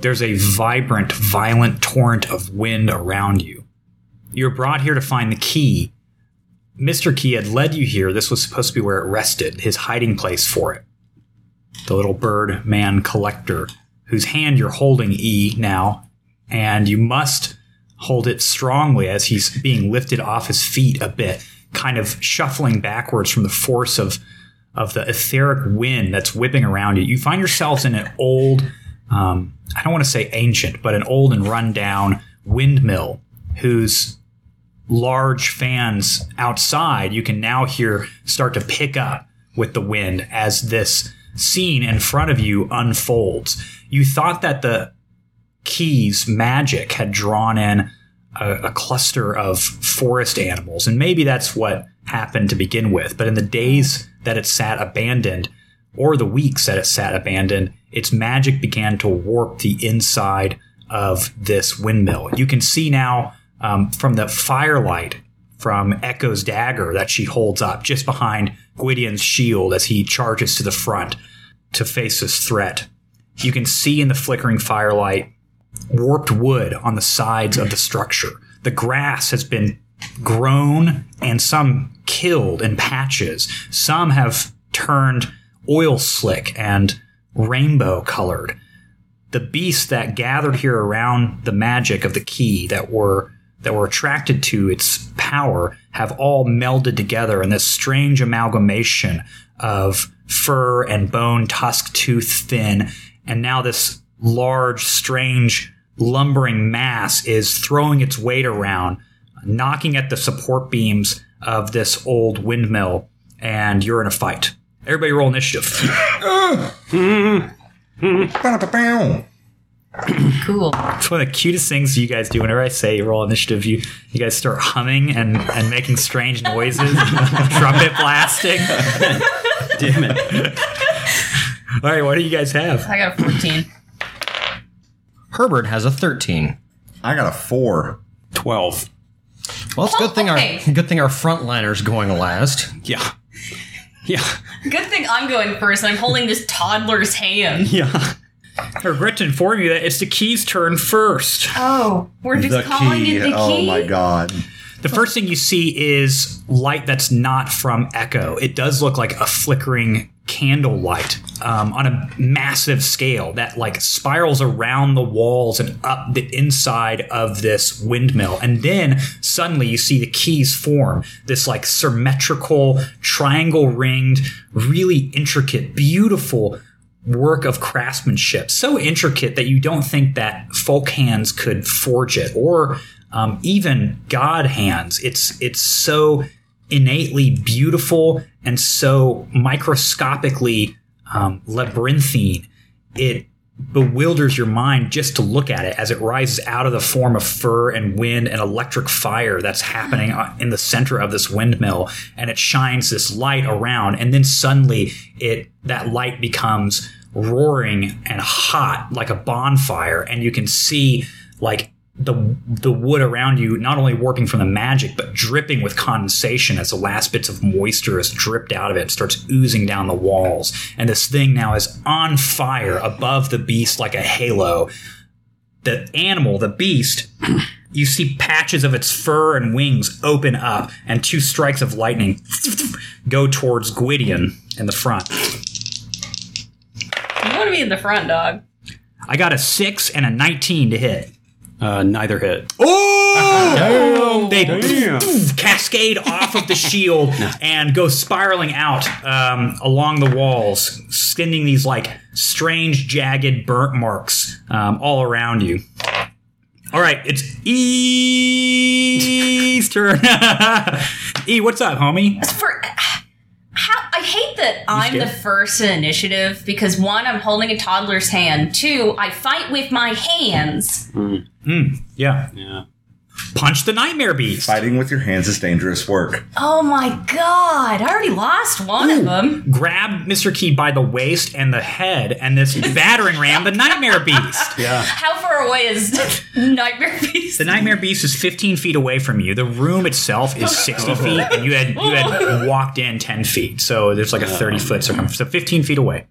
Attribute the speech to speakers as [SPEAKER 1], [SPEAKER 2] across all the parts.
[SPEAKER 1] there's a vibrant, violent torrent of wind around you. You're brought here to find the key. Mr. Key had led you here. This was supposed to be where it rested, his hiding place for it. The little bird man collector, whose hand you're holding, E, now, and you must hold it strongly as he's being lifted off his feet a bit, kind of shuffling backwards from the force of of the etheric wind that's whipping around you. You find yourselves in an old, um, I don't want to say ancient, but an old and rundown windmill whose large fans outside you can now hear start to pick up with the wind as this scene in front of you unfolds. You thought that the keys magic had drawn in a, a cluster of forest animals, and maybe that's what happened to begin with. But in the days that it sat abandoned, or the weeks that it sat abandoned, its magic began to warp the inside of this windmill. You can see now um, from the firelight from Echo's dagger that she holds up just behind Gwydion's shield as he charges to the front to face this threat. You can see in the flickering firelight warped wood on the sides of the structure. The grass has been grown and some killed in patches. Some have turned oil slick and rainbow colored. The beasts that gathered here around the magic of the key that were that were attracted to its power have all melded together in this strange amalgamation of fur and bone, tusk, tooth, fin, and now this large, strange, lumbering mass is throwing its weight around knocking at the support beams of this old windmill, and you're in a fight. Everybody roll initiative.
[SPEAKER 2] Ba-da-ba-bow.
[SPEAKER 3] Cool.
[SPEAKER 1] It's one of the cutest things you guys do. Whenever I say roll initiative, you, you guys start humming and, and making strange noises, trumpet blasting.
[SPEAKER 4] Damn it.
[SPEAKER 1] All right, what do you guys have?
[SPEAKER 3] I got a 14.
[SPEAKER 4] Herbert has a 13.
[SPEAKER 2] I got a four.
[SPEAKER 5] 12.
[SPEAKER 4] Well, it's a good thing
[SPEAKER 3] Okay.
[SPEAKER 4] our good thing our frontliner's going last.
[SPEAKER 5] Yeah. Yeah.
[SPEAKER 3] Good thing I'm going first. I'm holding this toddler's hand.
[SPEAKER 1] Yeah. I regret to inform you that it's the key's turn first.
[SPEAKER 3] Oh, we're just calling it the key.
[SPEAKER 2] Oh my god.
[SPEAKER 1] The first thing you see is light that's not from Echo. It does look like a flickering candle light um, on a massive scale that like spirals around the walls and up the inside of this windmill. And then suddenly you see the keys form this like symmetrical, triangle ringed, really intricate, beautiful work of craftsmanship so intricate that you don't think that folk hands could forge it or um, even god hands it's it's so innately beautiful and so microscopically um, labyrinthine it bewilders your mind just to look at it as it rises out of the form of fur and wind and electric fire that's happening on- in the center of this windmill and it shines this light around and then suddenly it that light becomes roaring and hot like a bonfire and you can see like the the wood around you not only warping from the magic but dripping with condensation as the last bits of moisture is dripped out of it and starts oozing down the walls and this thing now is on fire above the beast like a halo the animal the beast you see patches of its fur and wings open up and two strikes of lightning go towards Gwydion in the front
[SPEAKER 3] You want to be in the front, dog.
[SPEAKER 1] i got a 6 and a 19 to hit
[SPEAKER 5] Uh, neither hit.
[SPEAKER 1] they cascade off of the shield and go spiraling out um, along the walls, sending these like strange, jagged burnt marks um, all around you. All right, it's E's turn. e, what's up, homie?
[SPEAKER 3] For how I hate that I'm
[SPEAKER 1] scared?
[SPEAKER 3] the first in initiative because one, I'm holding a toddler's hand. Two, I fight with my hands.
[SPEAKER 1] Yeah,
[SPEAKER 5] Yeah.
[SPEAKER 1] punch the nightmare beast.
[SPEAKER 2] Fighting with your hands is dangerous work.
[SPEAKER 3] Oh my god! I already lost one of them.
[SPEAKER 1] Grab Mr. Key by the waist and the head, and this battering ram the nightmare beast.
[SPEAKER 5] Yeah.
[SPEAKER 3] How far away is Nightmare Beast?
[SPEAKER 1] The nightmare beast is 15 feet away from you. The room itself is 60 feet, and you had you had walked in 10 feet, so there's like a 30 foot circumference, so 15 feet away.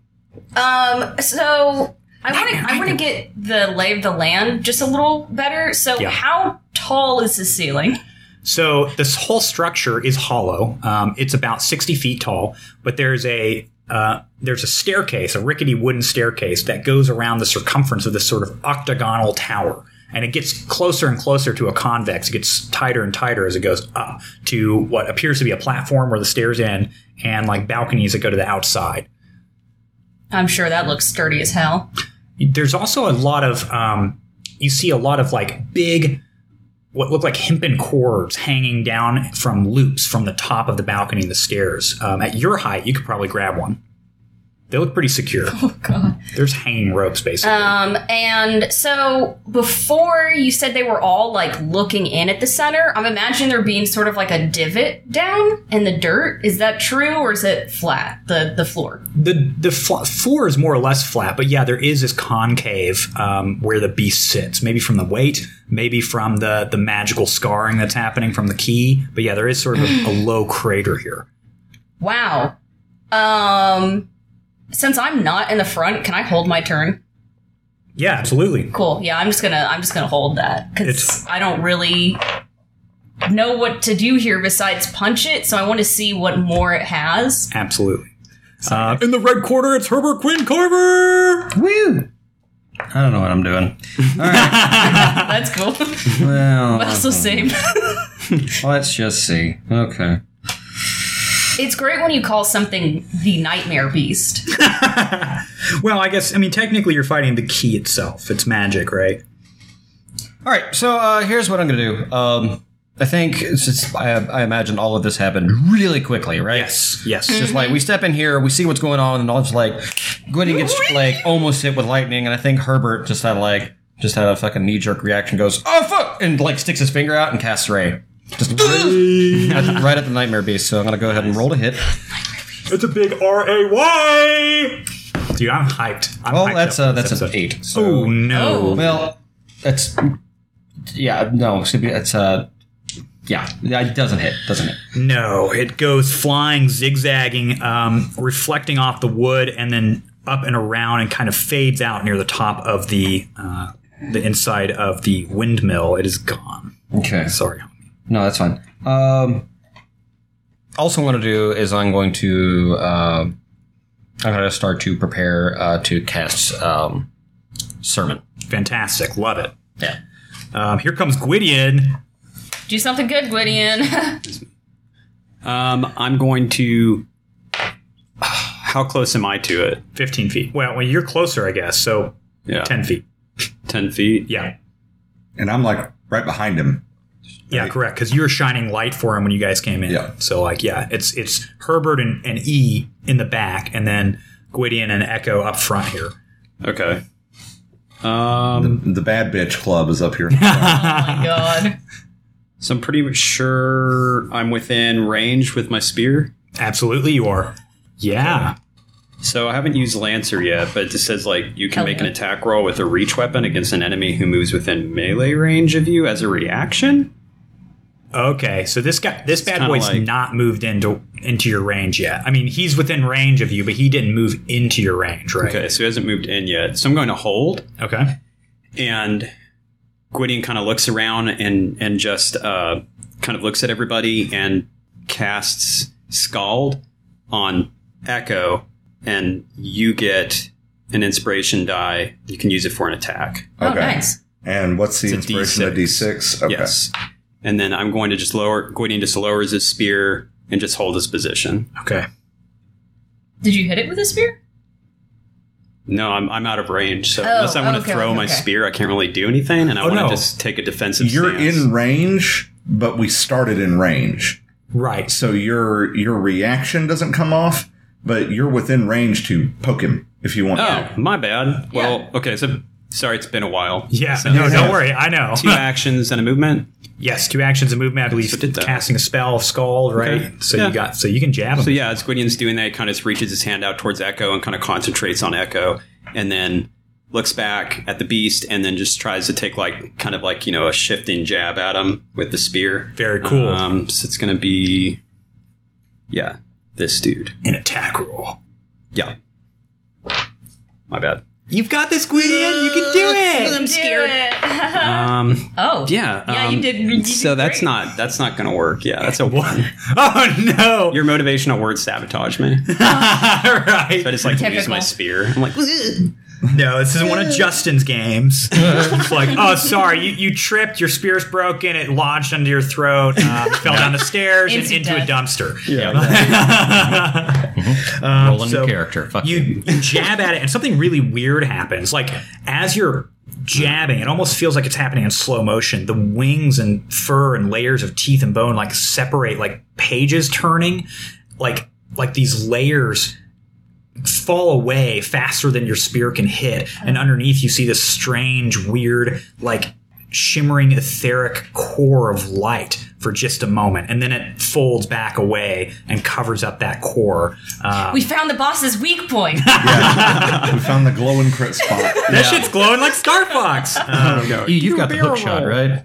[SPEAKER 3] Um, so I want to. I want to get the lay of the land just a little better. So,
[SPEAKER 1] Yeah.
[SPEAKER 3] how tall is the ceiling?
[SPEAKER 1] So this whole structure is hollow. Um, it's about sixty feet tall, but there's a uh, there's a staircase, a rickety wooden staircase that goes around the circumference of this sort of octagonal tower, and it gets closer and closer to a convex. It gets tighter and tighter as it goes up to what appears to be a platform where the stairs end, and like balconies that go to the outside.
[SPEAKER 3] I'm sure that looks sturdy as hell.
[SPEAKER 1] there's also a lot of um, you see a lot of like big what look like hempen cords hanging down from loops from the top of the balcony and the stairs um, at your height you could probably grab one they look pretty secure
[SPEAKER 3] Oh god.
[SPEAKER 1] there's hanging ropes basically
[SPEAKER 3] Um, and so before you said they were all like looking in at the center. I'm imagining there being sort of like a divot down in the dirt. Is that true or is it flat? The the floor.
[SPEAKER 1] the the fl- floor is more or less flat but yeah there is this concave um, where the beast sits maybe from the weight maybe from the the magical scarring that's happening from the key but yeah there is sort of a, a low crater here
[SPEAKER 3] Wow. Um, since I'm not in the front, can I hold my turn?
[SPEAKER 1] yeah absolutely
[SPEAKER 3] Cool. Yeah, I'm just gonna I'm just gonna hold that because
[SPEAKER 1] It's-
[SPEAKER 3] I don't really know what to do here besides punch it. So I want to see what more it has.
[SPEAKER 1] Absolutely. Uh, in the red quarter, it's Herbert Quinn Carver.
[SPEAKER 4] Woo! I don't know what I'm doing.
[SPEAKER 3] That's cool.
[SPEAKER 4] Well,
[SPEAKER 3] That's the same.
[SPEAKER 4] let's just see. Okay.
[SPEAKER 3] it's great when you call something the nightmare beast.
[SPEAKER 1] Well, I guess I mean technically you're fighting the key itself. It's magic, right?
[SPEAKER 4] All right, so uh, here's what I'm going to do. Um, I think it's just, I, I imagine all of this happened really quickly, right?
[SPEAKER 1] Yes.
[SPEAKER 4] It's just like we step in here, we see what's going on, and all just like Gwynny gets like almost hit with lightning, and I think Herbert just had like just had a fucking knee jerk reaction, goes oh fuck, and like sticks his finger out and casts Ray, just right, right at the nightmare beast. So I'm gonna go ahead and roll to hit.
[SPEAKER 1] It's a big R A Y. Dude, I'm hyped. I'm
[SPEAKER 4] Well,
[SPEAKER 1] hyped
[SPEAKER 4] that's uh,
[SPEAKER 1] up for this
[SPEAKER 4] that's an
[SPEAKER 1] episode.
[SPEAKER 4] eight. So
[SPEAKER 1] Oh no.
[SPEAKER 4] well, that's yeah no, it's gonna be it's uh yeah it doesn't hit doesn't hit.
[SPEAKER 1] No, it goes flying, zigzagging, um, reflecting off the wood, and then up and around, and kind of fades out near the top of the uh, the inside of the windmill. It is gone.
[SPEAKER 4] Okay,
[SPEAKER 1] Sorry.
[SPEAKER 4] No, that's fine. Um, also, want to do is I'm going to um I'm going to start to prepare uh, to cast um, sermon.
[SPEAKER 1] Fantastic. Love it.
[SPEAKER 4] Yeah.
[SPEAKER 1] Um, here comes Gwydion.
[SPEAKER 3] Do something good, Gwydion. Oh
[SPEAKER 5] Um, I'm going to. How close am I to it?
[SPEAKER 1] 15 feet. Well, well, you're closer, I guess. So
[SPEAKER 5] Yeah,
[SPEAKER 1] 10 feet.
[SPEAKER 5] 10 feet.
[SPEAKER 1] Yeah.
[SPEAKER 2] And I'm like right behind him.
[SPEAKER 1] Yeah, correct. Because you were shining light for him when you guys came in.
[SPEAKER 2] Yeah.
[SPEAKER 1] So, like, yeah, it's it's Herbert and, and E in the back, and then Gwydion and Echo up front here.
[SPEAKER 5] Okay. Um,
[SPEAKER 2] The bad bitch club is up here.
[SPEAKER 3] oh my god.
[SPEAKER 5] so I'm pretty sure I'm within range with my spear.
[SPEAKER 1] Absolutely, you are. Yeah.
[SPEAKER 5] So I haven't used Lancer yet, but it just says like you can
[SPEAKER 3] Hell
[SPEAKER 5] make an
[SPEAKER 3] yeah.
[SPEAKER 5] attack roll with a reach weapon against an enemy who moves within melee range of you as a reaction.
[SPEAKER 1] Okay. So, this guy, this bad
[SPEAKER 5] kinda
[SPEAKER 1] boy's
[SPEAKER 5] like-
[SPEAKER 1] not moved into into your range yet. I mean, he's within range of you, but he didn't move into your range, right?
[SPEAKER 5] Okay, so he hasn't moved in yet. So I'm going to hold,
[SPEAKER 1] Okay.
[SPEAKER 5] and Gwydion kind of looks around and and just uh, kind of looks at everybody and casts Scald on Echo, and you get an inspiration die. You can use it for an attack.
[SPEAKER 3] Oh,
[SPEAKER 2] Okay.
[SPEAKER 3] nice.
[SPEAKER 2] And what's the
[SPEAKER 5] It's a
[SPEAKER 2] inspiration? of D6? Okay.
[SPEAKER 5] Yes. And then I'm going to just lower, Gwydion just lowers his spear and just hold his position.
[SPEAKER 1] Okay.
[SPEAKER 3] Did you hit it with a spear?
[SPEAKER 5] No, I'm, I'm out of range. So
[SPEAKER 3] Oh,
[SPEAKER 5] unless I want to
[SPEAKER 3] okay,
[SPEAKER 5] throw
[SPEAKER 3] okay,
[SPEAKER 5] my
[SPEAKER 3] okay.
[SPEAKER 5] spear, I can't really do anything. And I
[SPEAKER 1] Oh,
[SPEAKER 5] want to
[SPEAKER 1] no.
[SPEAKER 5] just take a defensive
[SPEAKER 2] You're
[SPEAKER 5] stance.
[SPEAKER 2] in range, but we started in range.
[SPEAKER 1] Right.
[SPEAKER 2] So your your reaction doesn't come off, but you're within range to poke him if you want
[SPEAKER 5] Oh,
[SPEAKER 2] to.
[SPEAKER 5] my bad. Well, okay. So sorry, it's been a while.
[SPEAKER 1] Yeah.
[SPEAKER 5] So
[SPEAKER 1] no, don't
[SPEAKER 2] yeah.
[SPEAKER 1] worry. I know.
[SPEAKER 5] Two actions and a movement.
[SPEAKER 1] Yes, two actions of movement. I believe
[SPEAKER 5] So did that.
[SPEAKER 1] casting a spell, scald, right?
[SPEAKER 5] Okay.
[SPEAKER 1] So
[SPEAKER 5] Yeah.
[SPEAKER 1] you got so you can jab him.
[SPEAKER 5] So yeah, as Gwydion's doing that, he kind of just reaches his hand out towards Echo and kind of concentrates on Echo, and then looks back at the beast, and then just tries to take like kind of like you know a shifting jab at him with the spear.
[SPEAKER 1] Very cool.
[SPEAKER 5] Um, so it's gonna be, yeah, this dude.
[SPEAKER 1] An attack roll.
[SPEAKER 5] Yeah, my bad.
[SPEAKER 1] You've got this, Gwydion. You can do it.
[SPEAKER 3] I'm scared.
[SPEAKER 5] Um,
[SPEAKER 3] oh.
[SPEAKER 5] yeah.
[SPEAKER 3] Yeah,
[SPEAKER 5] um,
[SPEAKER 3] you did. You did
[SPEAKER 5] so that's
[SPEAKER 3] great.
[SPEAKER 5] not that's not going to work. Yeah, that's a one.
[SPEAKER 1] Oh no!
[SPEAKER 5] Your motivational word sabotage me.
[SPEAKER 1] right.
[SPEAKER 5] But it's like use
[SPEAKER 3] Typical.
[SPEAKER 5] my spear. I'm like,
[SPEAKER 1] No, this is one of Justin's games. it's like, oh, sorry, you, you tripped, your spear's broken, it lodged under your throat, uh, fell down the stairs and
[SPEAKER 3] Instant
[SPEAKER 1] into a
[SPEAKER 3] death.
[SPEAKER 1] dumpster.
[SPEAKER 4] Yeah, exactly. Mhm. Roll a new
[SPEAKER 1] so
[SPEAKER 4] character. Fuck you.
[SPEAKER 1] You jab at it, and something really weird happens. Like, as you're jabbing, it almost feels like it's happening in slow motion. The wings and fur and layers of teeth and bone like separate, like pages turning, like like these layers fall away faster than your spear can hit. And underneath, you see this strange, weird, like shimmering etheric core of light for just a moment. And then it folds back away and covers up that core. Um,
[SPEAKER 3] We found the boss's weak point.
[SPEAKER 2] Yeah. we found the glowing crit spot.
[SPEAKER 1] that shit's glowing like Star Fox. Um,
[SPEAKER 4] You, you've got the
[SPEAKER 1] barrel
[SPEAKER 4] hook shot,
[SPEAKER 1] roll.
[SPEAKER 4] right?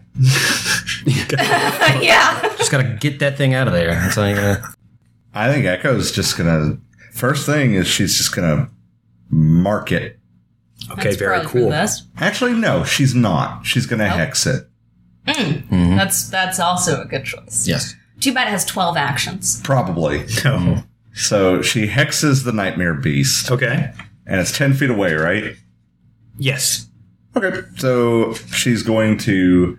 [SPEAKER 3] yeah.
[SPEAKER 4] Just gotta get that thing out of there. uh, That's all you gotta.
[SPEAKER 2] I think Echo's just gonna. First thing is she's just gonna mark it.
[SPEAKER 1] okay,
[SPEAKER 3] That's
[SPEAKER 1] very
[SPEAKER 3] probably for the
[SPEAKER 1] cool.
[SPEAKER 3] best.
[SPEAKER 2] Actually, no, she's not. She's gonna hex it.
[SPEAKER 3] That's that's also a good choice.
[SPEAKER 4] Yes.
[SPEAKER 3] Too bad it has twelve actions.
[SPEAKER 2] Probably.
[SPEAKER 1] No.
[SPEAKER 2] So she hexes the nightmare beast,
[SPEAKER 1] Okay.
[SPEAKER 2] and it's ten feet away, right?
[SPEAKER 1] Yes.
[SPEAKER 2] Okay. So she's going to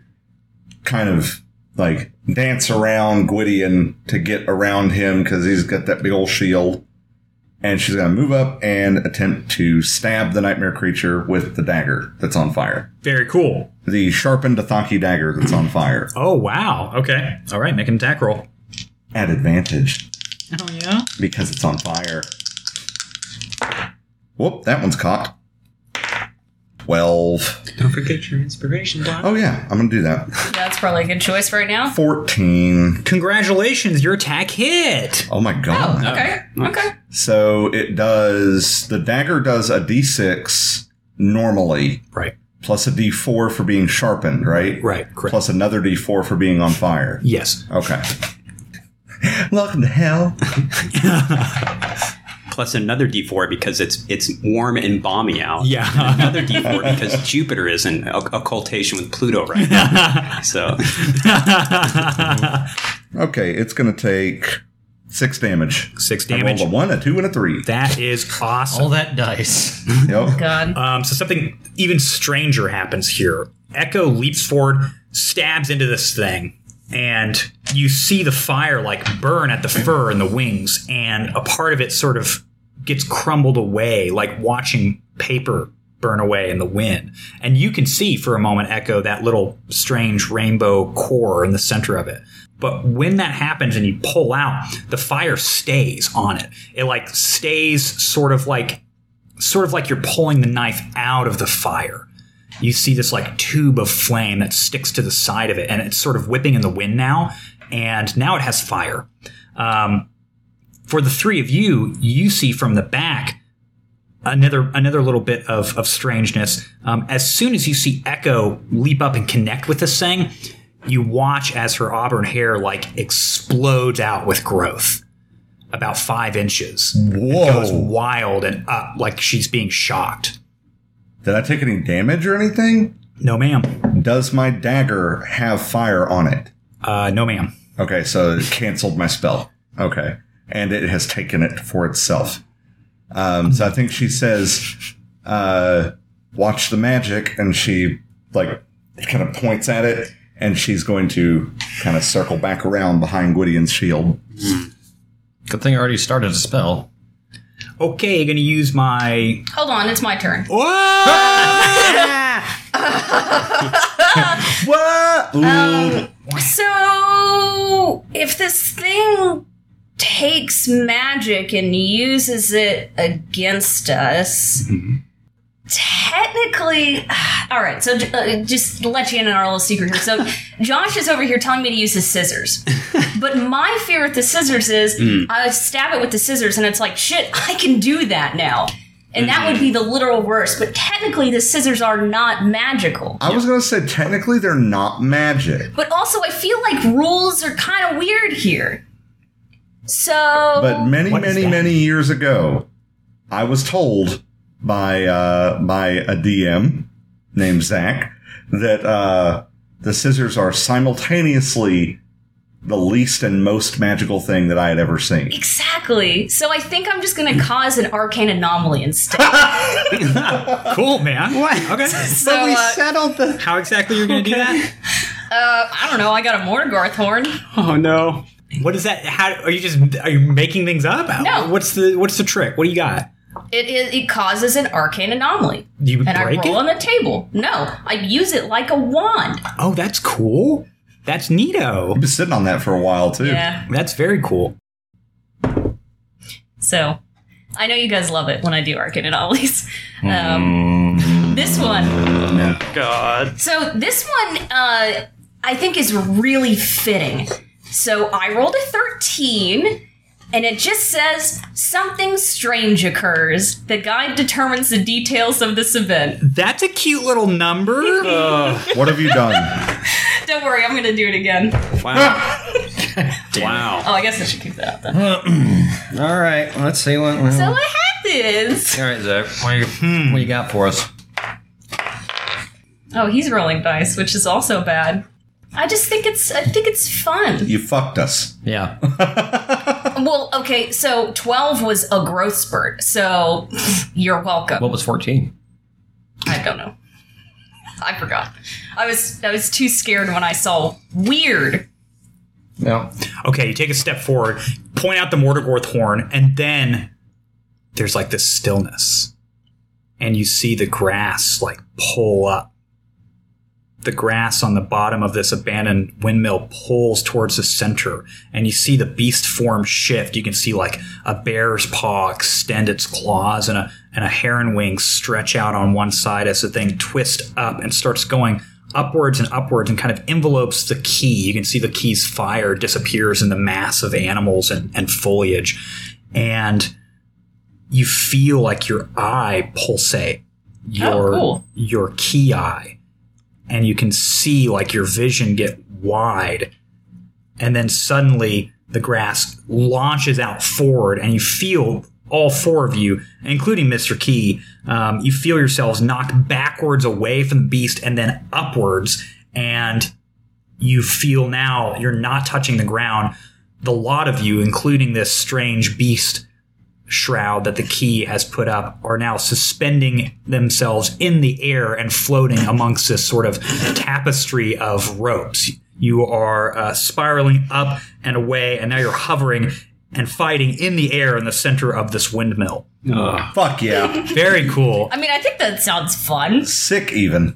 [SPEAKER 2] kind of like dance around Gwydion to get around him because he's got that big old shield. And she's going to move up and attempt to stab the nightmare creature with the dagger that's on fire.
[SPEAKER 1] Very cool.
[SPEAKER 2] The sharpened Athaki dagger that's on fire.
[SPEAKER 1] Oh, wow. Okay. All right, make an attack roll.
[SPEAKER 2] At advantage
[SPEAKER 1] Oh, yeah?
[SPEAKER 2] because it's on fire. Whoop, that one's caught. 12.
[SPEAKER 5] don't forget your inspiration, Doc.
[SPEAKER 2] Oh, yeah, I'm going to do that.
[SPEAKER 3] Yeah, that's probably a good choice right now.
[SPEAKER 2] 14.
[SPEAKER 1] Congratulations, your attack hit.
[SPEAKER 2] Oh, my God.
[SPEAKER 3] Oh, okay. Okay.
[SPEAKER 2] So it does the dagger does a d6 normally
[SPEAKER 1] Right,
[SPEAKER 2] plus a d4 for being sharpened, right?
[SPEAKER 1] right, correct.
[SPEAKER 2] Plus another d4 for being on fire.
[SPEAKER 1] Yes.
[SPEAKER 2] Okay. Welcome to hell.
[SPEAKER 5] Plus another D4 because it's it's warm and balmy out.
[SPEAKER 1] Yeah.
[SPEAKER 5] Another D4 because Jupiter is in occ- occultation with Pluto right now. So
[SPEAKER 2] Okay, it's going to take 6 damage.
[SPEAKER 1] Six
[SPEAKER 2] I rolled
[SPEAKER 1] damage.
[SPEAKER 2] a 1, a 2 and a 3.
[SPEAKER 1] That is awesome.
[SPEAKER 4] All that dice.
[SPEAKER 2] Yep.
[SPEAKER 3] God.
[SPEAKER 1] Um, so something even stranger happens here. Echo leaps forward, stabs into this thing, and you see the fire like burn at the fur and the wings, and a part of it sort of gets crumbled away, like watching paper burn away in the wind. And you can see for a moment, Echo, that little strange rainbow core in the center of it. But when that happens and you pull out, the fire stays on it. It like stays sort of like sort of like you're pulling the knife out of the fire. You see this like tube of flame that sticks to the side of it, and it's sort of whipping in the wind now. And now it has fire. Um, for the three of you, you see from the back another another little bit of of strangeness. Um, as soon as you see Echo leap up and connect with this thing, you watch as her auburn hair like explodes out with growth, about five inches goes
[SPEAKER 2] Whoa.
[SPEAKER 1] wild and up like she's being shocked.
[SPEAKER 2] Did I take any damage or anything?
[SPEAKER 1] No, ma'am.
[SPEAKER 2] Does my dagger have fire on it?
[SPEAKER 1] Uh, no, ma'am.
[SPEAKER 2] Okay, so it canceled my spell. Okay. And it has taken it for itself. Um, so I think she says, uh, watch the magic. And she, like, kind of points at it. And she's going to kind of circle back around behind Gwydion's shield.
[SPEAKER 4] Good thing I already started a spell.
[SPEAKER 1] Okay, gonna use my.
[SPEAKER 3] Hold on, it's my turn.
[SPEAKER 2] What? Ooh.
[SPEAKER 3] Um, So, if this thing takes magic and uses it against us, technically, all right. So, uh, just to let you in on our little secret here. So, Josh is over here telling me to use his scissors, but my fear with the scissors is I stab it with the scissors, and it's like shit. I can do that now. And that would be
[SPEAKER 1] Mm-hmm.
[SPEAKER 3] the literal worst, but technically the scissors are not magical.
[SPEAKER 2] I was going to say, technically, they're not magic.
[SPEAKER 3] But also, I feel like rules are kind of weird here. So,
[SPEAKER 2] But many,
[SPEAKER 3] Oh.
[SPEAKER 1] What is
[SPEAKER 2] many,
[SPEAKER 1] that?
[SPEAKER 2] many years ago, I was told by uh, by a DM named Zach that uh, the scissors are simultaneously the least and most magical thing that I had ever seen.
[SPEAKER 3] Exactly. So I think I'm just going to cause an arcane anomaly instead.
[SPEAKER 1] cool, man. What? Okay.
[SPEAKER 3] so uh,
[SPEAKER 4] settled the.
[SPEAKER 1] How exactly you're going to do that?
[SPEAKER 3] uh, I don't know. I got a Morgarth horn.
[SPEAKER 5] Oh no.
[SPEAKER 1] What is that? How are you just are you making things up?
[SPEAKER 3] No.
[SPEAKER 1] What's the what's the trick? What do you got?
[SPEAKER 3] It is. It causes an arcane anomaly,
[SPEAKER 1] Do you
[SPEAKER 3] and
[SPEAKER 1] break
[SPEAKER 3] I
[SPEAKER 1] it?
[SPEAKER 3] roll on a table. No, I use it like a wand.
[SPEAKER 1] Oh, that's cool. That's neato.
[SPEAKER 2] I've been sitting on that for a while too.
[SPEAKER 3] Yeah.
[SPEAKER 1] That's very cool.
[SPEAKER 3] So I know you guys love it when I do arcane anomalies. Um, This one.
[SPEAKER 5] God.
[SPEAKER 3] So this one, uh, I think, is really fitting. So I rolled a 13, and it just says something strange occurs. The guide determines the details of this event.
[SPEAKER 1] That's a cute little number.
[SPEAKER 2] What have you done?
[SPEAKER 3] Don't worry, I'm gonna do it again.
[SPEAKER 5] Wow. wow.
[SPEAKER 3] Oh, I guess I should keep that out then.
[SPEAKER 4] All right, let's see what.
[SPEAKER 3] So what happens?
[SPEAKER 4] all right, Zach, what you, hmm. what you got for us?
[SPEAKER 3] Oh, he's rolling dice, which is also bad. I just think it's I think it's fun.
[SPEAKER 2] you fucked us.
[SPEAKER 4] Yeah,
[SPEAKER 3] Well, okay, so 12 was a growth spurt. So you're welcome.
[SPEAKER 4] what was fourteen?
[SPEAKER 3] I don't know. I forgot. I was I was too scared when I saw weird.
[SPEAKER 4] No,
[SPEAKER 1] Okay, you take a step forward, point out the Mortigorth horn, and then there's like this stillness. And you see the grass like pull up. The grass on the bottom of this abandoned windmill pulls towards the center, and you see the beast form shift. You can see like a bear's paw extend its claws and a and a heron wing stretch out on one side as the thing twists up and starts going upwards and upwards and kind of envelopes the key. You can see the key's fire disappears in the mass of animals and, and foliage. And you feel like your eye pulsate. Your
[SPEAKER 3] cool.
[SPEAKER 1] your key eye. And you can see like your vision get wide. And then suddenly the grass launches out forward and you feel all four of you, including Mr. Key, um, you feel yourselves knocked backwards away from the beast and then upwards. And you feel now you're not touching the ground. The lot of you, including this strange beast shroud that the key has put up, are now suspending themselves in the air and floating amongst this sort of tapestry of ropes. You are uh, spiraling up and away, and now you're hovering and fighting in the air in the center of this windmill.
[SPEAKER 2] Fuck yeah.
[SPEAKER 1] Very cool.
[SPEAKER 3] I mean, I think that sounds fun.
[SPEAKER 2] Sick even.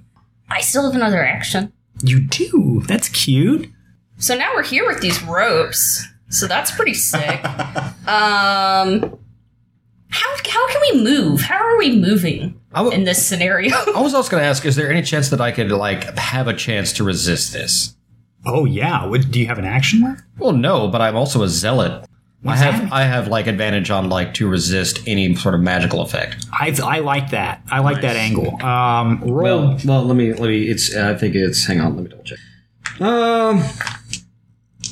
[SPEAKER 3] I still have another action.
[SPEAKER 1] You do. That's cute.
[SPEAKER 3] So now we're here with these ropes. So that's pretty sick. um how, how can we move? How are we moving
[SPEAKER 4] I wa-
[SPEAKER 3] in this scenario?
[SPEAKER 4] I was also going to ask: Is there any chance that I could like have a chance to resist this?
[SPEAKER 1] Oh yeah. What, do you have an action left?
[SPEAKER 4] Well, no, but I'm also a zealot. I have I have like advantage on like to resist any sort of magical effect.
[SPEAKER 1] I, I like that. I like that angle. Um, roll.
[SPEAKER 6] Well, well, let me let me. It's I think it's. Hang on, let me double check. Um,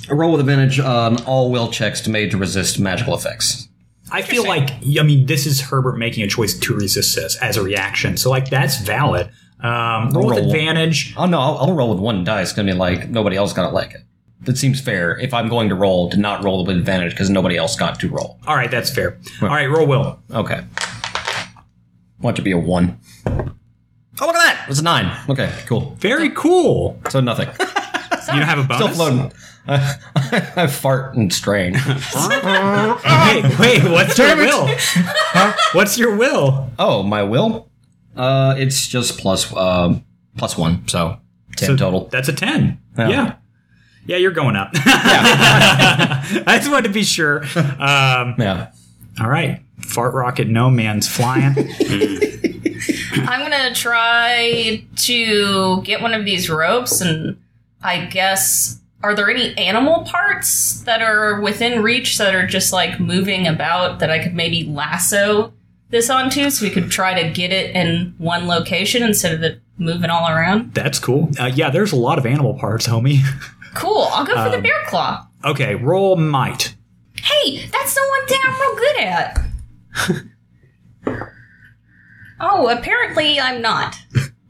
[SPEAKER 4] I roll with advantage on all will checks to made to resist magical effects.
[SPEAKER 1] I feel like I mean this is Herbert making a choice to resist this as a reaction. So like that's valid. Um, roll with
[SPEAKER 4] Roll.
[SPEAKER 1] advantage.
[SPEAKER 4] Oh no, I'll, I'll roll with one die. It's gonna be like nobody else got to like it. That seems fair. If I'm going to roll, to not roll with advantage because nobody else got to roll.
[SPEAKER 1] All right, that's fair. All right, roll will.
[SPEAKER 4] Okay. Want to be a one. Oh look at that! It's a nine. Okay, cool.
[SPEAKER 1] Very cool.
[SPEAKER 4] So nothing.
[SPEAKER 1] You don't have a
[SPEAKER 4] Still
[SPEAKER 1] bonus.
[SPEAKER 4] floating. I fart and strain.
[SPEAKER 1] Hey, wait, what's your will? What's your will?
[SPEAKER 4] Oh, my will? Uh, it's just plus um plus one, so ten
[SPEAKER 1] So
[SPEAKER 4] total.
[SPEAKER 1] That's a ten. Yeah. yeah. you're going up. I just wanted to be sure. Um,
[SPEAKER 4] yeah.
[SPEAKER 1] all right. Fart rocket, no man's flying.
[SPEAKER 3] I'm gonna try to get one of these ropes, and I guess are there any animal parts that are within reach that are just like moving about that I could maybe lasso this onto, so we could try to get it in one location instead of it moving all around.
[SPEAKER 1] That's cool. Uh, yeah, there's a lot of animal parts, homie.
[SPEAKER 3] Cool. I'll go for the bear claw.
[SPEAKER 1] Okay, roll might.
[SPEAKER 3] Hey, that's the one thing I'm real good at. Oh, apparently I'm not.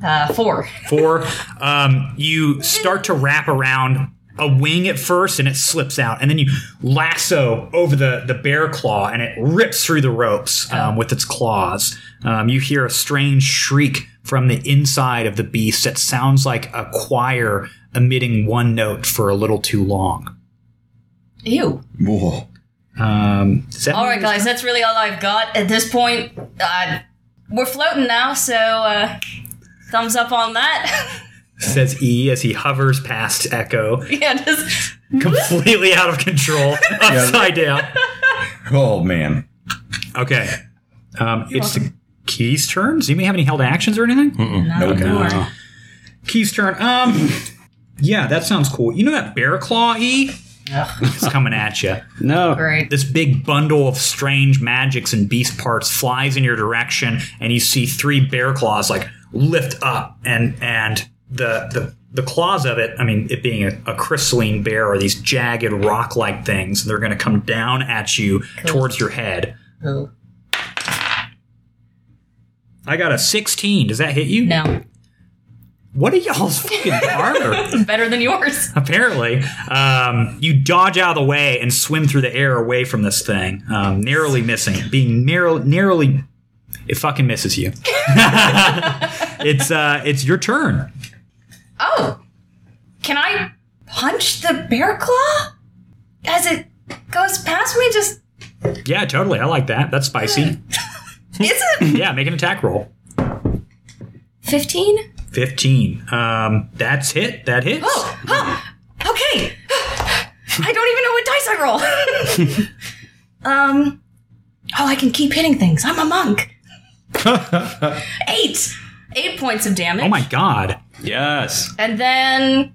[SPEAKER 3] Uh, four.
[SPEAKER 1] Four, um, you start to wrap around a wing at first and it slips out, and then you lasso over the, the bear claw and it rips through the ropes um,
[SPEAKER 3] Oh.
[SPEAKER 1] with its claws. Um, you hear a strange shriek from the inside of the beast that sounds like a choir emitting one note for a little too long.
[SPEAKER 3] Ew.
[SPEAKER 2] Whoa.
[SPEAKER 1] Um, does that
[SPEAKER 3] All
[SPEAKER 1] mean-
[SPEAKER 3] right, guys, that's really all I've got at this point. Uh, we're floating now, so uh, thumbs up on that.
[SPEAKER 1] says E as he hovers past Echo,
[SPEAKER 3] yeah, just
[SPEAKER 1] completely out of control, upside down.
[SPEAKER 2] Oh man.
[SPEAKER 1] Okay. Um, it's the Key's turn. Do you may have any held actions or anything?
[SPEAKER 3] no more.
[SPEAKER 1] Key's turn. Um, yeah, that sounds cool. You know that bear claw E?
[SPEAKER 3] Ugh,
[SPEAKER 1] It's coming at you.
[SPEAKER 5] No.
[SPEAKER 3] great.
[SPEAKER 1] This big bundle of strange magics and beast parts flies in your direction, and you see three bear claws like lift up, and and the the the claws of it. I mean, it being a, a crystalline bear, are these jagged rock like things. They're going to come down at you towards your head.
[SPEAKER 3] Ooh.
[SPEAKER 1] I got a sixteen. Does that hit you?
[SPEAKER 3] No,
[SPEAKER 1] What are y'all's fucking armor?
[SPEAKER 3] better than yours.
[SPEAKER 1] apparently um, you dodge out of the way and swim through the air away from this thing um, narrowly missing it, being narrow, narrowly it fucking misses you it's uh, it's your turn
[SPEAKER 3] Oh, can I punch the bear claw as it goes past me? Just
[SPEAKER 1] yeah totally i like that that's spicy
[SPEAKER 3] is it
[SPEAKER 1] yeah make an attack roll
[SPEAKER 3] fifteen?
[SPEAKER 1] 15 um, that's hit that hits
[SPEAKER 3] Oh, huh. okay. I don't even know what dice I roll. um, oh, I can keep hitting things. I'm a monk. Eight. Eight points of damage.
[SPEAKER 1] oh my god
[SPEAKER 5] Yes.
[SPEAKER 3] And then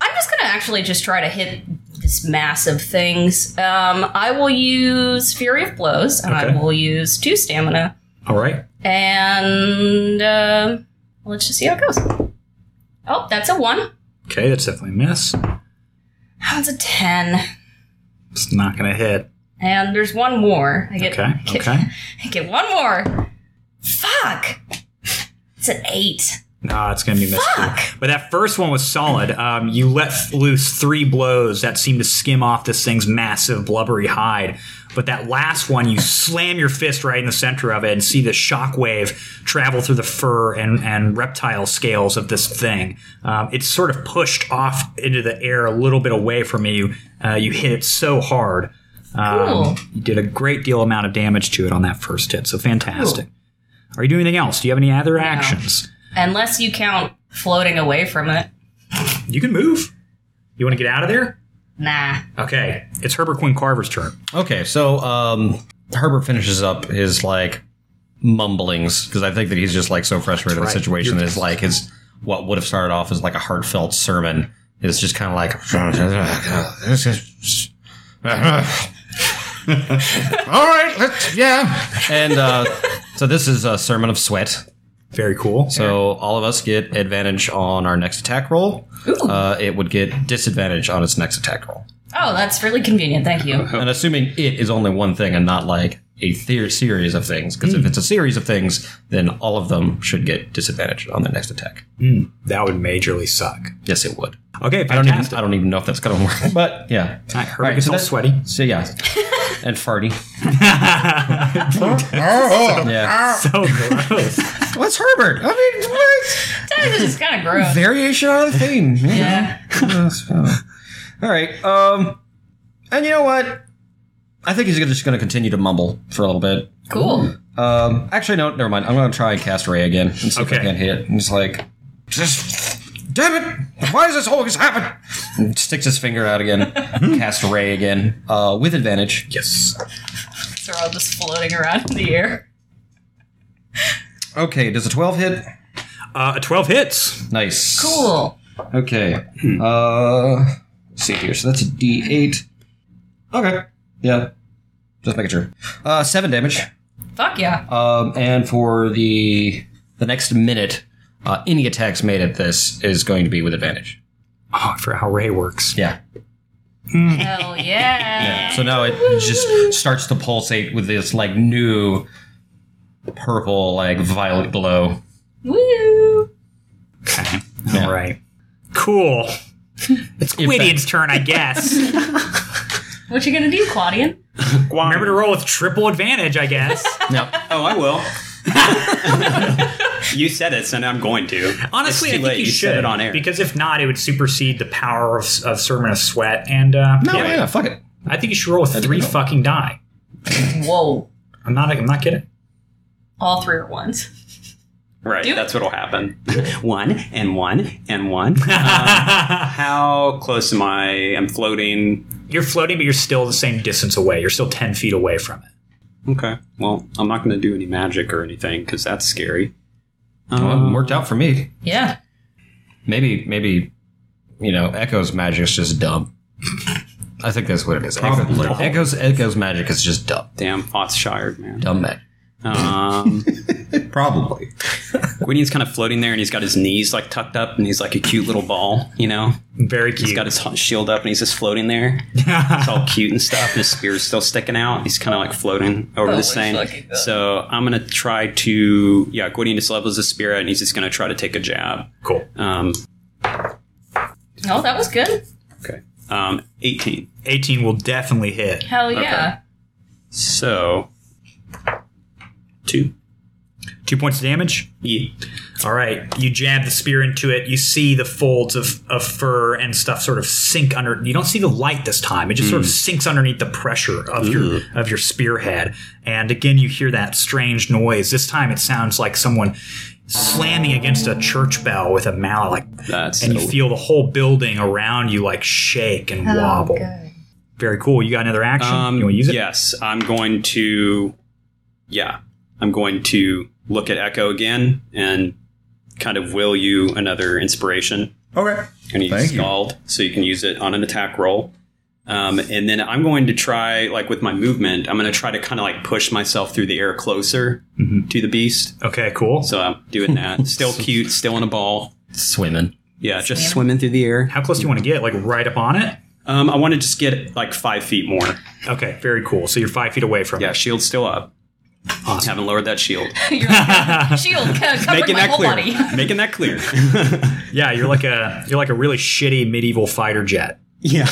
[SPEAKER 3] I'm just gonna actually just try to hit this massive things. Um, I will use Fury of Blows, and
[SPEAKER 1] Okay.
[SPEAKER 3] I will use two stamina.
[SPEAKER 1] all right
[SPEAKER 3] And um let's just see how it goes. Oh, that's a one.
[SPEAKER 1] okay that's definitely a miss
[SPEAKER 3] That one's a ten.
[SPEAKER 1] it's not gonna hit
[SPEAKER 3] And there's one more. I get,
[SPEAKER 1] okay
[SPEAKER 3] I get,
[SPEAKER 1] okay
[SPEAKER 3] I get one more. Fuck. It's an eight.
[SPEAKER 1] Nah, it's gonna be missed. too.
[SPEAKER 3] Fuck.
[SPEAKER 1] But that first one was solid. Um, you let loose three blows that seemed to skim off this thing's massive blubbery hide. But that last one, you slam your fist right in the center of it and see the shockwave travel through the fur and, and reptile scales of this thing. Um, it's sort of pushed off into the air a little bit away from you. Uh, you hit it so hard. Um,
[SPEAKER 3] Cool.
[SPEAKER 1] You did a great deal amount of damage to it on that first hit. So fantastic. Are you doing anything else? Do you have any other actions?
[SPEAKER 3] Unless you count floating away from it.
[SPEAKER 1] You can move. You want to get out of there?
[SPEAKER 3] Nah.
[SPEAKER 1] Okay. It's Herbert Quinn Carver's turn.
[SPEAKER 4] Okay, so um, Herbert finishes up his like mumblings because I think that he's just like so frustrated with the
[SPEAKER 1] right.
[SPEAKER 4] situation that is like his what would have started off as like a heartfelt sermon is just kind of like this is. All right, let's yeah, and uh, so this is a sermon of sweat.
[SPEAKER 1] Very cool.
[SPEAKER 4] So all of us get advantage on our next attack roll. Uh, it would get disadvantage on its next attack roll.
[SPEAKER 3] Oh, that's really convenient. Thank you.
[SPEAKER 4] And assuming it is only one thing and not like a theor series of things, because if it's a series of things, then all of them should get disadvantaged on their next attack.
[SPEAKER 1] that would majorly suck.
[SPEAKER 4] Yes, it would.
[SPEAKER 1] Okay,
[SPEAKER 4] I don't even.
[SPEAKER 1] fantastic.
[SPEAKER 4] I don't even know if that's gonna work. But yeah.
[SPEAKER 1] All right, Herbert gets
[SPEAKER 4] so
[SPEAKER 1] all
[SPEAKER 4] that-
[SPEAKER 1] sweaty.
[SPEAKER 4] So yeah, and farty.
[SPEAKER 2] Oh,
[SPEAKER 4] yeah.
[SPEAKER 1] So gross.
[SPEAKER 4] What's Herbert? I mean, what?
[SPEAKER 3] Sometimes it's kind of gross.
[SPEAKER 4] variation on a theme. you know?
[SPEAKER 3] Yeah.
[SPEAKER 4] All right. Um, and you know what? I think he's just gonna continue to mumble for a little bit.
[SPEAKER 3] Cool.
[SPEAKER 4] Um, actually, no, never mind. I'm going to try and cast Ray again and see if
[SPEAKER 1] Okay.
[SPEAKER 4] I can hit. And it's like, just, damn it! Why does this always happen? And sticks his finger out again. cast Ray again uh, with advantage.
[SPEAKER 1] yes.
[SPEAKER 3] So we're all just floating around in the air.
[SPEAKER 4] Okay, does a 12 hit?
[SPEAKER 1] Uh, a 12 hits.
[SPEAKER 4] Nice.
[SPEAKER 3] Cool.
[SPEAKER 4] Okay. Uh, let's see here. So that's a D8. Okay. Yeah. Just making sure. Uh, seven damage.
[SPEAKER 3] Fuck yeah.
[SPEAKER 4] Um, and for the the next minute, uh, any attacks made at this is going to be with advantage.
[SPEAKER 1] Oh, I forgot how Ray works.
[SPEAKER 4] Yeah.
[SPEAKER 3] Hell yeah.
[SPEAKER 4] So now it just starts to pulsate with this like new purple, like violet glow.
[SPEAKER 3] Woo!
[SPEAKER 1] Okay.
[SPEAKER 4] Yeah.
[SPEAKER 1] All right. Cool. It's
[SPEAKER 4] In fact-
[SPEAKER 1] Gwydion's turn, I guess.
[SPEAKER 3] What you gonna do, Claudian?
[SPEAKER 1] Remember to roll with triple advantage, I guess.
[SPEAKER 4] No,
[SPEAKER 5] Oh, I will. you said it, so now I'm going to.
[SPEAKER 1] Honestly, I
[SPEAKER 5] It's too
[SPEAKER 1] think
[SPEAKER 5] late.
[SPEAKER 1] you, should
[SPEAKER 5] said it on air.
[SPEAKER 1] because if not, it would supersede the power of, of Sermon of Sweat. And uh,
[SPEAKER 4] no,
[SPEAKER 1] yeah,
[SPEAKER 4] Oh, yeah, fuck it.
[SPEAKER 1] I think you should roll with three
[SPEAKER 4] know.
[SPEAKER 1] fucking die.
[SPEAKER 3] Whoa!
[SPEAKER 1] I'm not. I'm not kidding.
[SPEAKER 3] All three at once.
[SPEAKER 5] right,
[SPEAKER 3] Do it.
[SPEAKER 5] that's what'll happen. one and one and one. Um, how close am I? I'm floating.
[SPEAKER 1] You're floating, but you're still the same distance away. You're still ten feet away from it.
[SPEAKER 5] Okay. Well, I'm not going to do any magic or anything because that's scary.
[SPEAKER 4] Well, it worked out for me.
[SPEAKER 3] Yeah.
[SPEAKER 4] Maybe, maybe, you know, Echo's magic is just dumb. I think that's what it is. Probably. Echo's Echo's magic is just dumb.
[SPEAKER 5] Damn, thoughts shired, man.
[SPEAKER 4] Dumb magic.
[SPEAKER 5] Um,
[SPEAKER 2] Probably.
[SPEAKER 5] Gwydion's kind of floating there, and he's got his knees like tucked up, and he's like a cute little ball, you know.
[SPEAKER 1] Very cute.
[SPEAKER 5] He's got his h- shield up, and he's just floating there. it's all cute and stuff. And his spear's still sticking out. He's kind of like floating
[SPEAKER 1] Oh,
[SPEAKER 5] over this
[SPEAKER 3] Holy
[SPEAKER 5] thing.
[SPEAKER 3] fucking God.
[SPEAKER 5] So I'm gonna try to yeah. Gwydion just levels his spear out, and he's just gonna try to take a jab.
[SPEAKER 1] cool.
[SPEAKER 5] Um,
[SPEAKER 3] No, Oh, that was good.
[SPEAKER 5] okay. Um, 18.
[SPEAKER 1] 18 will definitely hit.
[SPEAKER 3] Hell yeah.
[SPEAKER 5] So two.
[SPEAKER 1] Two points of damage.
[SPEAKER 5] Yeah.
[SPEAKER 1] All right, you jab the spear into it. You see the folds of, of fur and stuff sort of sink under. You don't see the light this time. It just sort of sinks underneath the pressure of your of your spearhead. And again, you hear that strange noise. This time, it sounds like someone slamming against a church bell with a mallet. Like,
[SPEAKER 5] That's
[SPEAKER 1] and you
[SPEAKER 5] so-
[SPEAKER 1] feel the whole building around you like shake and wobble. Very cool. You got another action.
[SPEAKER 5] Um,
[SPEAKER 1] you want to use it?
[SPEAKER 5] Yes, I'm going to. Yeah, I'm going to look at Echo again and kind of will you another inspiration.
[SPEAKER 2] Okay.
[SPEAKER 5] And you
[SPEAKER 2] Thank you.
[SPEAKER 5] scald, so you can use it on an attack roll. Um, and then I'm going to try, like with my movement, I'm going to try to kind of like push myself through the air closer
[SPEAKER 1] Mm-hmm.
[SPEAKER 5] to the beast.
[SPEAKER 1] Okay, cool.
[SPEAKER 5] So I'm doing that. still cute, still in a ball.
[SPEAKER 4] Swimming.
[SPEAKER 5] Yeah, just swimming through the air.
[SPEAKER 1] How close do you want to get? Like right up on it?
[SPEAKER 5] Um, I want to just get like five feet more.
[SPEAKER 1] Okay, very cool. So you're five feet away from
[SPEAKER 5] Yeah,
[SPEAKER 1] it.
[SPEAKER 5] shield's still up. Haven't lowered that shield.
[SPEAKER 3] You're like, shield co- covering
[SPEAKER 5] Making
[SPEAKER 3] my
[SPEAKER 5] that
[SPEAKER 3] whole
[SPEAKER 5] clear.
[SPEAKER 3] body.
[SPEAKER 5] Making that clear.
[SPEAKER 1] Yeah, you're like a you're like a really shitty medieval fighter jet.
[SPEAKER 5] yeah.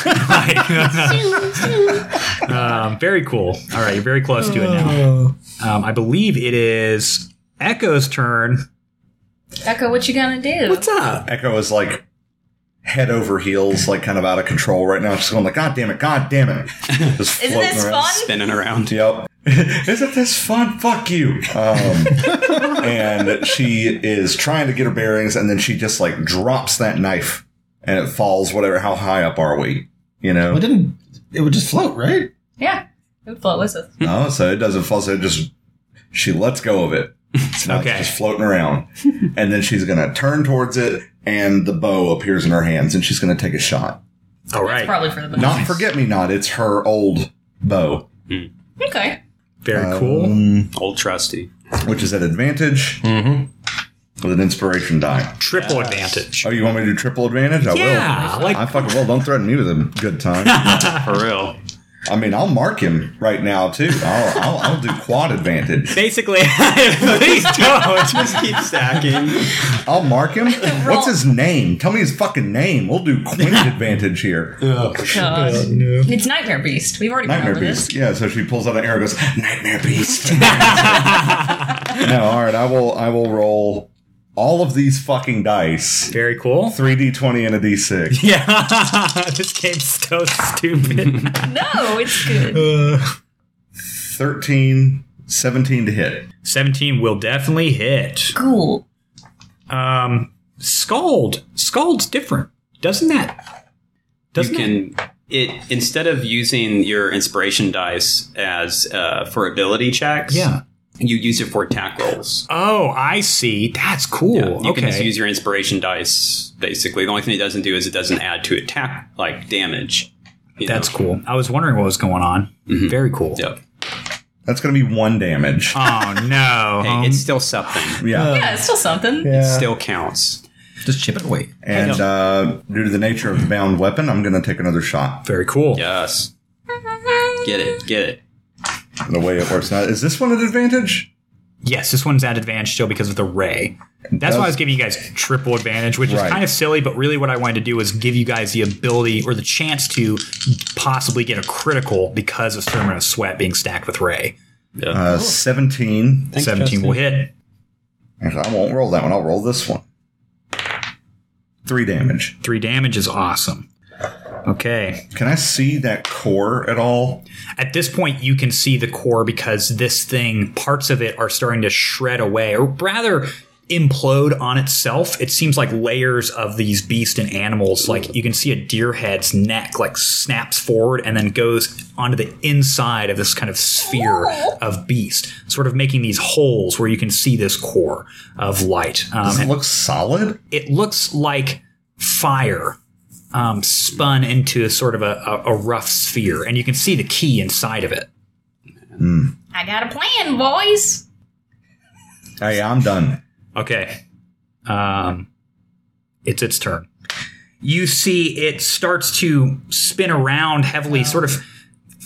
[SPEAKER 1] Um, very cool. All right, you're very close to it now. Um, I believe it is Echo's turn.
[SPEAKER 3] Echo, what you gonna do?
[SPEAKER 1] up?
[SPEAKER 2] Echo is like head over heels, like kind of out of control right now. She's going like, God damn it, God damn it. Just
[SPEAKER 3] Isn't
[SPEAKER 2] floating
[SPEAKER 3] this
[SPEAKER 2] around.
[SPEAKER 3] fun?
[SPEAKER 5] Spinning around.
[SPEAKER 2] Yep. Isn't this fun? Fuck you. Um, and she is trying to get her bearings, and then she just like drops that knife, and it falls. Whatever. How high up are we? You
[SPEAKER 4] Well, it
[SPEAKER 2] know.
[SPEAKER 4] didn't it would just float, right?
[SPEAKER 3] Yeah. Who float was it?
[SPEAKER 2] Oh, so it doesn't fall. So it just she lets go of it. It's not
[SPEAKER 1] Okay.
[SPEAKER 2] just floating around, and then she's gonna turn towards it, and the bow appears in her hands, and she's gonna take a shot.
[SPEAKER 1] All right,
[SPEAKER 3] Probably for the best.
[SPEAKER 2] Not forget me not. It's her old bow,
[SPEAKER 3] Okay.
[SPEAKER 1] very cool.
[SPEAKER 5] Old trusty.
[SPEAKER 2] which is at advantage
[SPEAKER 1] Mm-hmm.
[SPEAKER 2] with an inspiration die.
[SPEAKER 1] Triple advantage.
[SPEAKER 2] Oh, you want me to do triple advantage? I
[SPEAKER 1] Yeah,
[SPEAKER 2] will.
[SPEAKER 1] like-
[SPEAKER 2] I fucking will. Don't threaten me with a good time.
[SPEAKER 5] For real.
[SPEAKER 2] I mean, I'll mark him right now too. I'll, I'll, I'll do quad advantage.
[SPEAKER 1] Basically, please don't.
[SPEAKER 5] Just keep stacking.
[SPEAKER 2] I'll mark him. What's his name? Tell me his fucking name. We'll do quint advantage here.
[SPEAKER 3] God. Uh, It's Nightmare Beast. We've already
[SPEAKER 2] Nightmare
[SPEAKER 3] gone over
[SPEAKER 2] beast. Yeah. So she pulls out an arrow. and Goes nightmare beast. no. All right. I will. I will roll all of these fucking dice.
[SPEAKER 1] Very cool.
[SPEAKER 2] Three d twenty and a d six.
[SPEAKER 1] Yeah, this game's so stupid.
[SPEAKER 3] this. No, it's good.
[SPEAKER 2] 13, 17 to hit.
[SPEAKER 1] Seventeen will definitely hit.
[SPEAKER 3] cool.
[SPEAKER 1] Um, scald. Scald's different, doesn't that? Doesn't
[SPEAKER 5] you
[SPEAKER 1] that-
[SPEAKER 5] can it instead of using your inspiration dice as uh, for ability checks.
[SPEAKER 1] Yeah.
[SPEAKER 5] you use it for attack rolls.
[SPEAKER 1] Oh, I see. That's cool.
[SPEAKER 5] Yeah, you
[SPEAKER 1] okay.
[SPEAKER 5] can just use your inspiration dice. Basically, the only thing it doesn't do is it doesn't add to attack like damage. you
[SPEAKER 1] That's
[SPEAKER 5] know?
[SPEAKER 1] cool. I was wondering what was going on.
[SPEAKER 5] Mm-hmm.
[SPEAKER 1] Very cool.
[SPEAKER 5] Yep.
[SPEAKER 2] That's going to be one damage.
[SPEAKER 1] Oh no.
[SPEAKER 5] Hey, it's still something.
[SPEAKER 2] yeah.
[SPEAKER 3] Yeah, it's still something.
[SPEAKER 5] It still counts.
[SPEAKER 4] Just chip it away.
[SPEAKER 2] And uh, due to the nature of the bound weapon, I'm going to take another shot.
[SPEAKER 1] very cool.
[SPEAKER 5] Yes. Get it. Get it.
[SPEAKER 2] The way it works now is this one an advantage?
[SPEAKER 1] Yes, this one's at advantage still because of the ray. That's why I was giving you guys triple advantage, which
[SPEAKER 2] Right.
[SPEAKER 1] is kind of silly, but really what I wanted to do was give you guys the ability or the chance to possibly get a critical because of Sermon of Sweat being stacked with ray.
[SPEAKER 2] Uh, 17.
[SPEAKER 1] 17 will hit.
[SPEAKER 2] Actually, I won't roll that one. I'll roll this one. Three damage.
[SPEAKER 1] Three damage is awesome. Okay.
[SPEAKER 2] Can I see that core at all?
[SPEAKER 1] At this point, you can see the core because this thing, parts of it are starting to shred away, or rather, implode on itself. It seems like layers of these beasts and animals. Like you can see a deer head's neck, like snaps forward and then goes onto the inside of this kind of sphere of beast, sort of making these holes where you can see this core of light. Um,
[SPEAKER 2] Does it
[SPEAKER 1] and
[SPEAKER 2] look solid?
[SPEAKER 1] it looks like fire um, spun into a sort of a, a, a rough sphere, and you can see the key inside of it.
[SPEAKER 3] I got a plan, boys.
[SPEAKER 2] Hey, I'm done.
[SPEAKER 1] Okay. Um, it's its turn. You see it starts to spin around heavily, sort of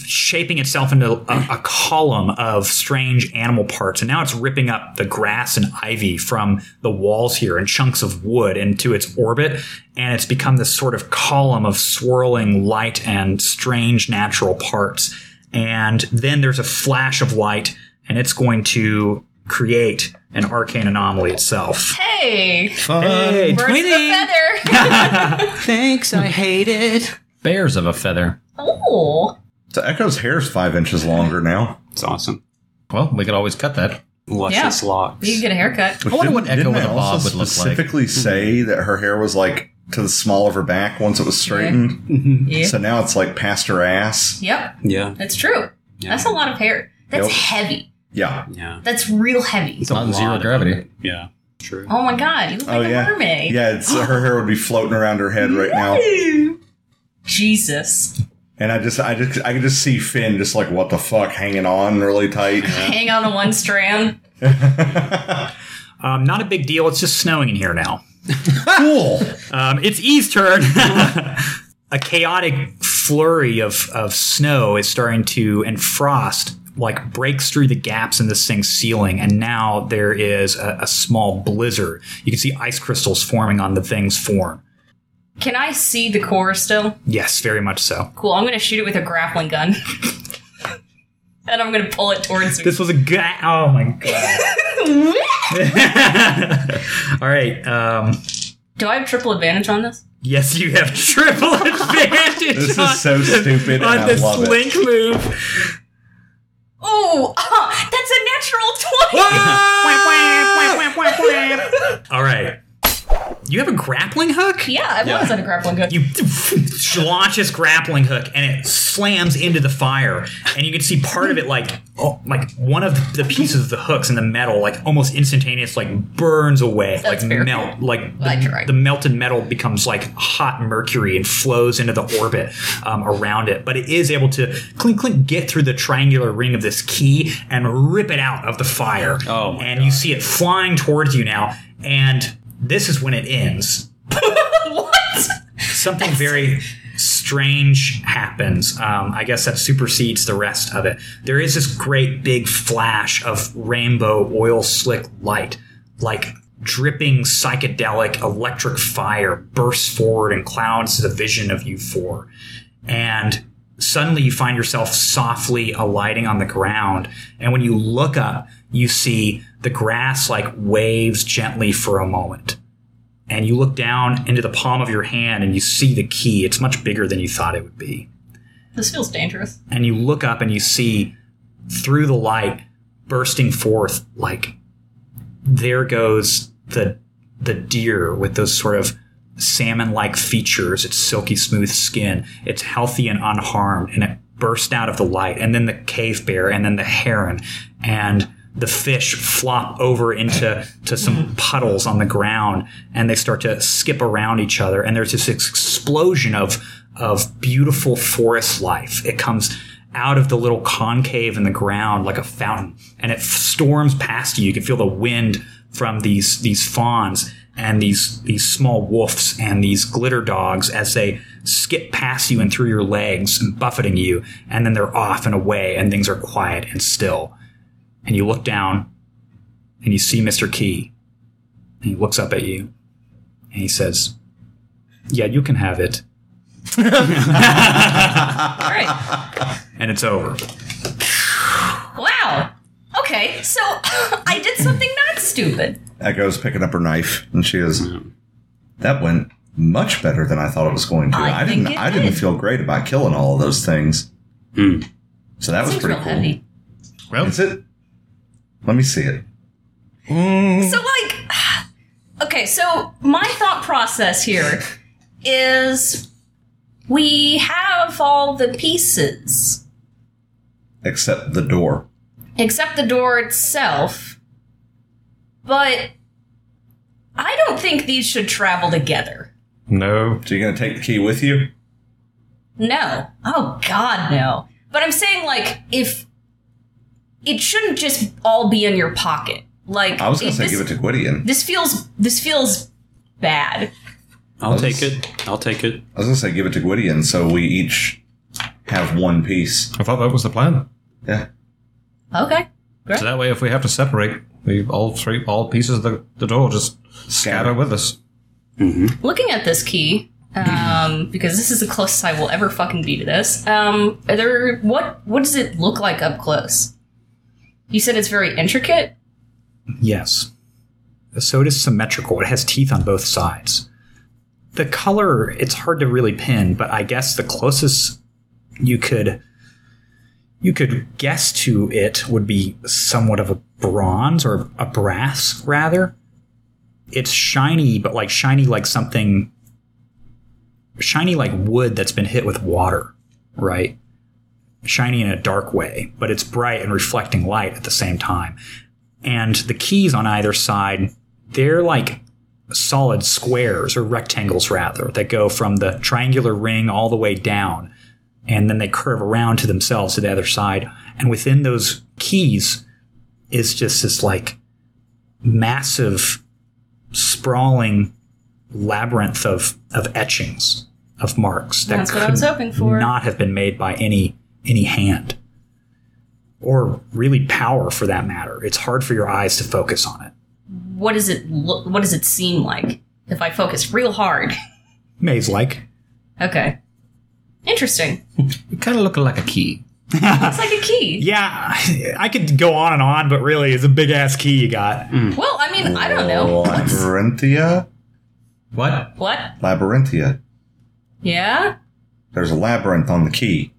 [SPEAKER 1] shaping itself into a, a column of strange animal parts. And now it's ripping up the grass and ivy from the walls here and chunks of wood into its orbit. And it's become this sort of column of swirling light and strange natural parts. And then there's a flash of light, and it's going to create an arcane anomaly itself.
[SPEAKER 3] Hey,
[SPEAKER 1] Hey,
[SPEAKER 3] birds of a feather.
[SPEAKER 6] Thanks, I hate it.
[SPEAKER 4] Bears of a feather.
[SPEAKER 3] oh,
[SPEAKER 2] So Echo's hair is five inches longer now.
[SPEAKER 5] It's awesome.
[SPEAKER 4] Well, we could always cut that.
[SPEAKER 5] Luscious
[SPEAKER 3] Yeah.
[SPEAKER 5] locks.
[SPEAKER 3] you can get a haircut.
[SPEAKER 2] Which
[SPEAKER 4] I wonder what
[SPEAKER 2] didn't-
[SPEAKER 4] Echo
[SPEAKER 2] didn't
[SPEAKER 4] with
[SPEAKER 2] they
[SPEAKER 4] a bob
[SPEAKER 2] also
[SPEAKER 4] would look like.
[SPEAKER 2] specifically say that her hair was like to the small of her back once it was straightened.
[SPEAKER 3] Yeah.
[SPEAKER 2] So now it's like past her ass.
[SPEAKER 3] Yep,
[SPEAKER 5] yeah.
[SPEAKER 3] that's true. That's a lot of hair. That's
[SPEAKER 2] Yep.
[SPEAKER 3] heavy.
[SPEAKER 2] Yeah.
[SPEAKER 5] Yeah.
[SPEAKER 3] That's real heavy.
[SPEAKER 5] a
[SPEAKER 4] Not in zero
[SPEAKER 5] lot of-
[SPEAKER 4] gravity.
[SPEAKER 5] Yeah. True.
[SPEAKER 3] Oh my god, you look
[SPEAKER 2] Oh
[SPEAKER 3] like
[SPEAKER 2] yeah.
[SPEAKER 3] a mermaid.
[SPEAKER 2] Yeah, it's her hair would be floating around her head right now.
[SPEAKER 3] Jesus.
[SPEAKER 2] And I just I just I could just see Finn just like what the fuck hanging on really tight.
[SPEAKER 3] Hang on to one strand.
[SPEAKER 1] Um, not a big deal. It's just snowing in here now.
[SPEAKER 2] cool.
[SPEAKER 1] Um, it's Eve's turn. a chaotic flurry of, of snow is starting to, and frost, like breaks through the gaps in this thing's ceiling. And now there is a, a small blizzard. You can see ice crystals forming on the thing's form.
[SPEAKER 3] Can I see the core still?
[SPEAKER 1] Yes, very much so.
[SPEAKER 3] Cool. I'm gonna shoot it with a grappling gun, and I'm gonna pull it towards me.
[SPEAKER 1] This was a good. Oh my god. All right. Um,
[SPEAKER 3] Do I have triple advantage on this?
[SPEAKER 1] yes, you have triple advantage.
[SPEAKER 2] This
[SPEAKER 1] on-
[SPEAKER 2] is so stupid and
[SPEAKER 1] on
[SPEAKER 2] I
[SPEAKER 1] this
[SPEAKER 2] love it.
[SPEAKER 1] link move.
[SPEAKER 3] Oh, that's a natural twenty.
[SPEAKER 2] Ah!
[SPEAKER 1] All right. You have a grappling hook?
[SPEAKER 3] Yeah, I was on a grappling gun.
[SPEAKER 1] You launch this grappling hook and it slams into the fire, and you can see part of it like, oh, like one of the pieces of the hooks in the metal, like almost instantaneous, like burns away,
[SPEAKER 3] That's
[SPEAKER 1] like
[SPEAKER 3] fair.
[SPEAKER 1] melt, like
[SPEAKER 3] I
[SPEAKER 1] the,
[SPEAKER 3] tried.
[SPEAKER 1] the melted metal becomes like hot mercury and flows into the orbit um, around it. But it is able to clink clink get through the triangular ring of this key and rip it out of the fire.
[SPEAKER 5] Oh my
[SPEAKER 1] and you see it flying towards you now, and this is when it ends
[SPEAKER 3] what?
[SPEAKER 1] something very strange happens. Um, I guess that supersedes the rest of it. There is this great big flash of rainbow oil slick light, like dripping psychedelic electric fire bursts forward and clouds the vision of you four. And suddenly you find yourself softly alighting on the ground. And when you look up, you see the grass like waves gently for a moment and you look down into the palm of your hand and you see the key. It's much bigger than you thought it would be.
[SPEAKER 3] This feels dangerous.
[SPEAKER 1] And you look up and you see through the light bursting forth like there goes the the deer with those sort of salmon-like features, its silky smooth skin. It's healthy and unharmed and it burst out of the light and then the cave bear and then the heron and the fish flop over into to some puddles on the ground and they start to skip around each other and there's this ex- explosion of of beautiful forest life it comes out of the little concave in the ground like a fountain and it f- storms past you you can feel the wind from these these fawns and these these small wolves and these glitter dogs as they skip past you and through your legs and buffeting you and then they're off and away and things are quiet and still and you look down and you see Mr. Key. And he looks up at you and he says, Yeah, you can have it.
[SPEAKER 3] All right.
[SPEAKER 1] And it's over.
[SPEAKER 3] Wow. Okay, so I did something not stupid.
[SPEAKER 2] Echo's picking up her knife, and she is. That went much better than I thought it was going to.
[SPEAKER 3] I think
[SPEAKER 2] didn't.
[SPEAKER 3] it
[SPEAKER 2] I didn't
[SPEAKER 3] did.
[SPEAKER 2] feel great about killing all of those things.
[SPEAKER 5] Hmm.
[SPEAKER 2] So that was
[SPEAKER 3] Seems
[SPEAKER 2] pretty
[SPEAKER 3] real
[SPEAKER 2] cool.
[SPEAKER 3] heavy.
[SPEAKER 1] Well,
[SPEAKER 2] Is it? Let me see it.
[SPEAKER 3] So like okay, so my thought process here is we have all the pieces
[SPEAKER 2] Except the door.
[SPEAKER 3] except the door itself. But I don't think these should travel together.
[SPEAKER 4] No.
[SPEAKER 2] So you're gonna take the key with you?
[SPEAKER 3] No. Oh god, no. But I'm saying like if it shouldn't just all be in your pocket. Like
[SPEAKER 2] I was gonna say
[SPEAKER 3] this-
[SPEAKER 2] give it to Gwydion.
[SPEAKER 3] this feels this feels bad.
[SPEAKER 5] I'll
[SPEAKER 2] Let's-
[SPEAKER 5] take it. I'll take it.
[SPEAKER 2] I was gonna say give it to Gwydion, so we each have one piece.
[SPEAKER 4] I thought that was the plan.
[SPEAKER 2] Yeah.
[SPEAKER 3] Okay.
[SPEAKER 4] So that way, if we have to separate, we all three, all pieces of the, the door just scatter with us.
[SPEAKER 3] Looking at this key, um, because this is the closest I will ever fucking be to this. Um, are there what what does it look like up close? You said it's very intricate.
[SPEAKER 1] yes. So it is symmetrical. It has teeth on both sides. The color, it's hard to really pin, but I guess the closest you could you could guess to it would be somewhat of a bronze or a brass rather. It's shiny, but like shiny like something shiny like wood that's been hit with water, right? Shiny in a dark way, but it's bright and reflecting light at the same time. And the keys on either side, they're like solid squares or rectangles rather that go from the triangular ring all the way down and then they curve around to themselves to the other side. And within those keys is just this like massive, sprawling labyrinth of of etchings of marks that
[SPEAKER 3] That's
[SPEAKER 1] could
[SPEAKER 3] what I was hoping for.
[SPEAKER 1] not have been made by any any hand or really power for that matter. It's hard for your eyes to focus on it.
[SPEAKER 3] What does it look? What does it seem like if I focus real hard?
[SPEAKER 1] Maze like.
[SPEAKER 3] Okay. Interesting.
[SPEAKER 4] It kind of looked like a key.
[SPEAKER 3] It's like a key.
[SPEAKER 1] Yeah, I could go on and on, but really, it's a big ass key you got.
[SPEAKER 3] Well, I mean, I don't know. What's-
[SPEAKER 2] Oh, Labyrinthia?
[SPEAKER 4] What?
[SPEAKER 3] What?
[SPEAKER 2] Labyrinthia.
[SPEAKER 3] Yeah.
[SPEAKER 2] There's a labyrinth on the key.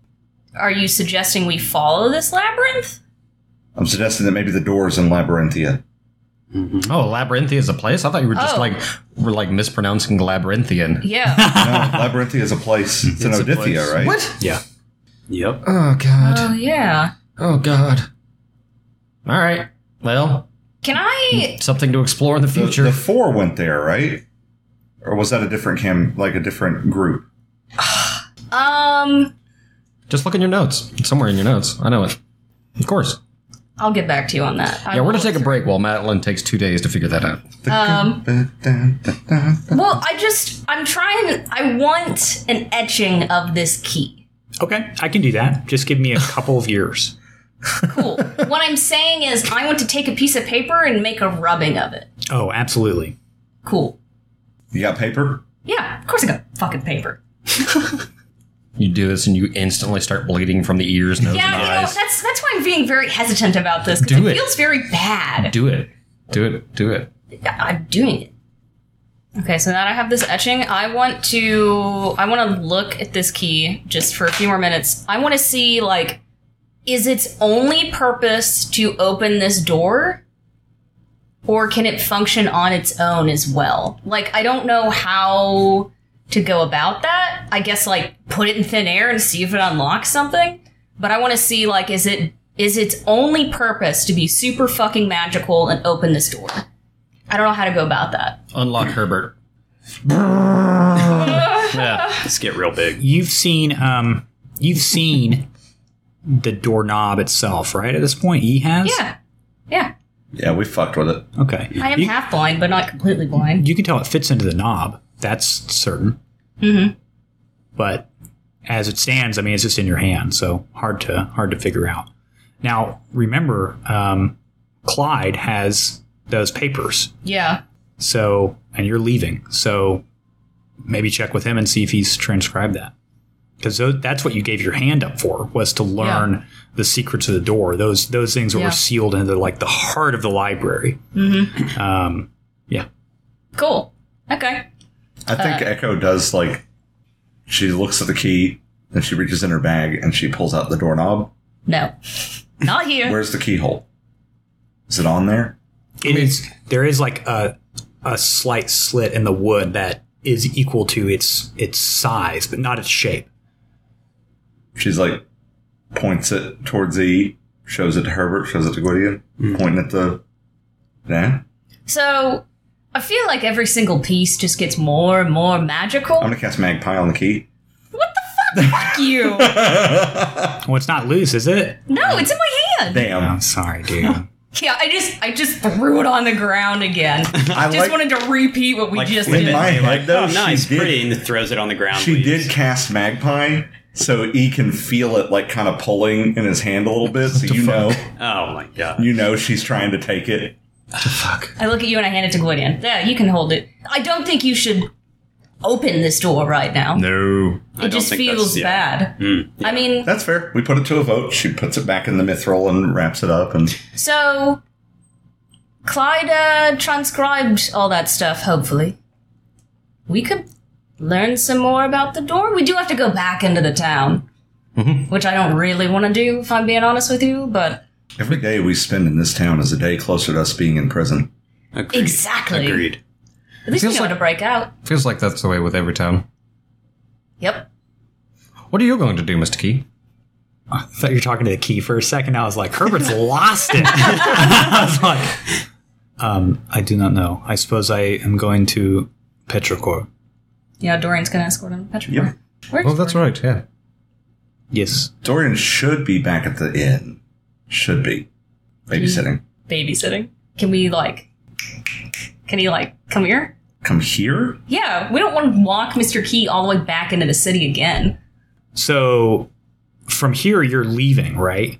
[SPEAKER 3] Are you suggesting we follow this labyrinth?
[SPEAKER 2] I'm suggesting that maybe the door is in Labyrinthia.
[SPEAKER 4] Oh, Labyrinthia is a place. I thought you were just
[SPEAKER 3] Oh.
[SPEAKER 4] like were like mispronouncing labyrinthian.
[SPEAKER 2] No,
[SPEAKER 3] Yeah.
[SPEAKER 2] Labyrinthia is a place. It's, an
[SPEAKER 5] It's a
[SPEAKER 2] Odithia,
[SPEAKER 5] place.
[SPEAKER 2] right?
[SPEAKER 1] Yeah.
[SPEAKER 5] Yep.
[SPEAKER 4] Oh
[SPEAKER 3] oh
[SPEAKER 4] god.
[SPEAKER 3] yeah.
[SPEAKER 4] Oh god. All right. Well,
[SPEAKER 3] Can I?
[SPEAKER 4] something to explore in the
[SPEAKER 2] The,
[SPEAKER 4] future.
[SPEAKER 2] the four went there, right? Or was that a different cam, like a different group?
[SPEAKER 3] Um.
[SPEAKER 4] just look in your notes. It's somewhere in your notes. I know it. Of course.
[SPEAKER 3] I'll get back to you on that. I
[SPEAKER 4] Yeah, we're gonna
[SPEAKER 3] will-
[SPEAKER 4] take a break while Madeline takes two days to figure that out.
[SPEAKER 3] Um, well, I just I'm trying. I want an etching of this key.
[SPEAKER 1] Okay, I can do that. Just give me a couple of years.
[SPEAKER 3] Cool. what I'm saying is, I want to take a piece of paper and make a rubbing of it.
[SPEAKER 1] Oh, absolutely.
[SPEAKER 3] Cool.
[SPEAKER 2] You got paper?
[SPEAKER 3] Yeah, of course I got fucking paper.
[SPEAKER 4] You do this and you instantly start bleeding from the ears, nose,
[SPEAKER 3] Yeah,
[SPEAKER 4] and
[SPEAKER 3] you know
[SPEAKER 4] eyes.
[SPEAKER 3] that's that's why I'm being very hesitant about this because
[SPEAKER 4] Do
[SPEAKER 3] it,
[SPEAKER 4] it.
[SPEAKER 3] feels very bad.
[SPEAKER 4] Do it. Do it. Do it.
[SPEAKER 3] I'm doing it. Okay, so now that I have this etching, I want to I want to look at this key just for a few more minutes. I want to see like is its only purpose to open this door or can it function on its own as well? Like I don't know how to go about that. I guess like put it in thin air and see if it unlocks something, but I want to see like is it is its only purpose to be super fucking magical and open this door? I don't know how to go about that.
[SPEAKER 4] Unlock Herbert. yeah.
[SPEAKER 5] Let's get real big.
[SPEAKER 1] You've seen, um, you've seen the doorknob itself, right? At this point, he has.
[SPEAKER 3] Yeah. Yeah.
[SPEAKER 2] Yeah, we fucked with it.
[SPEAKER 1] Okay.
[SPEAKER 3] I am
[SPEAKER 1] you,
[SPEAKER 3] half blind, but not completely blind.
[SPEAKER 1] you can tell it fits into the knob. That's certain. Mm-hmm. But as it stands, I mean, it's just in your hand, so hard to hard to figure out. Now, remember, um, Clyde has does papers.
[SPEAKER 3] Yeah.
[SPEAKER 1] So, and you're leaving. So maybe check with him and see if he's transcribed that. Because that's what you gave your hand up for was to learn the secrets of the door. Those those things that
[SPEAKER 3] Yeah.
[SPEAKER 1] were sealed into like the heart of the library. Mm-hmm. Um, yeah,
[SPEAKER 3] Cool. Okay.
[SPEAKER 2] I think Echo does like she looks at the key, then she reaches in her bag and she pulls out the doorknob.
[SPEAKER 3] No. Not here.
[SPEAKER 2] Where's the keyhole? Is it on there?
[SPEAKER 1] it is. There is like a a slight slit in the wood that is equal to its its size, but not its shape.
[SPEAKER 2] She's like points it towards E, shows it to Herbert, shows it to Gwydion,
[SPEAKER 5] Hmm.
[SPEAKER 2] pointing at the Nah.
[SPEAKER 3] So I feel like every single piece just gets more and more magical.
[SPEAKER 2] I'm gonna cast magpie on the key.
[SPEAKER 3] Fuck you.
[SPEAKER 1] Well, it's not loose, is it?
[SPEAKER 3] no, it's in my hand.
[SPEAKER 1] I'm
[SPEAKER 2] Damn.
[SPEAKER 1] sorry, dude.
[SPEAKER 3] Yeah, I just I just threw it on the ground again.
[SPEAKER 2] I
[SPEAKER 3] just
[SPEAKER 2] like-
[SPEAKER 3] wanted to repeat what we just
[SPEAKER 5] flip
[SPEAKER 2] in
[SPEAKER 5] it
[SPEAKER 3] did.
[SPEAKER 2] my
[SPEAKER 5] and be
[SPEAKER 2] head, though,
[SPEAKER 5] oh,
[SPEAKER 2] she
[SPEAKER 5] nice,
[SPEAKER 2] did-
[SPEAKER 5] pretty, and throws it on the ground.
[SPEAKER 2] She
[SPEAKER 5] leaves.
[SPEAKER 2] did cast magpie, so E can feel it like kind of pulling in his hand a little bit, so you know
[SPEAKER 5] Oh my god.
[SPEAKER 2] you know she's trying to take it.
[SPEAKER 3] I look at you and I hand it to Gwydion. Yeah, you can hold it. I don't think you should open this door right now.
[SPEAKER 2] No.
[SPEAKER 3] it just
[SPEAKER 5] think that's-
[SPEAKER 3] feels
[SPEAKER 5] yeah.
[SPEAKER 3] bad. I mean,
[SPEAKER 2] That's fair. We put it to a vote. She puts it back in the mithril and wraps it up and
[SPEAKER 3] so Clyde uh, transcribed all that stuff. Hopefully, we could learn some more about the door. We do have to go back into the town, which I don't really want to do, if I'm being honest with you. But
[SPEAKER 2] every day we spend in this town is a day closer to us being in prison.
[SPEAKER 5] Agreed.
[SPEAKER 3] Exactly.
[SPEAKER 5] Agreed.
[SPEAKER 3] at least we
[SPEAKER 4] Feels
[SPEAKER 3] know how
[SPEAKER 4] like-
[SPEAKER 3] to break out.
[SPEAKER 4] Feels like that's the way with every town.
[SPEAKER 3] Yep.
[SPEAKER 4] What are you going to do, Mr. Key?
[SPEAKER 1] I thought you were talking to the key for a second. I was like, Herbert's lost it. I was like, um, I do not know. I suppose I am going to Petrichor.
[SPEAKER 3] Yeah, Dorian's gonna escort him to Petrichor.
[SPEAKER 2] Yep.
[SPEAKER 3] Where's
[SPEAKER 4] Well, Oh, that's
[SPEAKER 3] Dorian?
[SPEAKER 4] right, yeah.
[SPEAKER 1] Yes.
[SPEAKER 2] Dorian should be back at the inn. Should be. Babysitting.
[SPEAKER 3] Babysitting. Can we like? Can he like come here?
[SPEAKER 2] Come here?
[SPEAKER 3] Yeah, we don't want to walk Mr. Key all the way back into the city again.
[SPEAKER 1] So from here, you're leaving, right?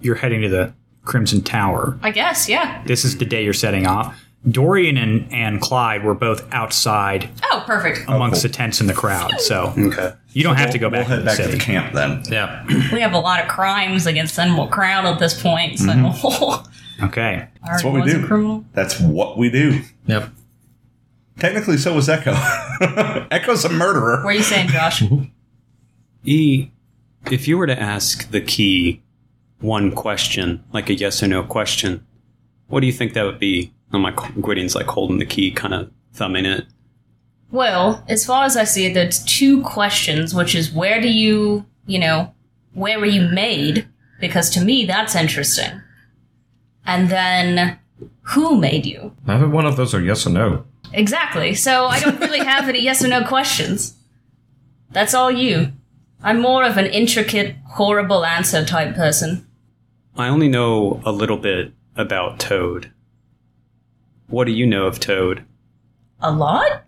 [SPEAKER 1] You're heading to the Crimson Tower.
[SPEAKER 3] I guess. Yeah.
[SPEAKER 1] This is the day you're setting off. Dorian and, and Clyde were both outside
[SPEAKER 3] Oh, perfect.
[SPEAKER 1] amongst
[SPEAKER 2] cool.
[SPEAKER 1] the tents in the crowd. So
[SPEAKER 5] Okay.
[SPEAKER 1] you don't have to go
[SPEAKER 2] We'll
[SPEAKER 1] back
[SPEAKER 2] head
[SPEAKER 1] to
[SPEAKER 2] back
[SPEAKER 1] the
[SPEAKER 2] to the
[SPEAKER 1] city.
[SPEAKER 2] camp then.
[SPEAKER 1] yeah.
[SPEAKER 3] We have a lot of crimes against the animal crown at this point, so
[SPEAKER 1] Okay.
[SPEAKER 3] that's
[SPEAKER 2] Mm-hmm. what we do.
[SPEAKER 3] Criminal.
[SPEAKER 2] That's what we do.
[SPEAKER 4] Yep.
[SPEAKER 2] Technically, so was Echo. Echo's a murderer.
[SPEAKER 3] What are you saying, Josh?
[SPEAKER 5] E, if you were to ask the key one question, like a yes or no question, what do you think that would be? And my Gwydion's like holding the key, kind of thumbing it.
[SPEAKER 3] well, as far as I see it, there's two questions, which is where do you, you know, where were you made? Because to me, that's interesting. And then, who made you?
[SPEAKER 4] Neither one of those are yes or no.
[SPEAKER 3] Exactly. So I don't really have any yes or no questions. That's all you. I'm more of an intricate, horrible answer type person.
[SPEAKER 5] I only know a little bit about Toad. What do you know of Toad?
[SPEAKER 3] A lot?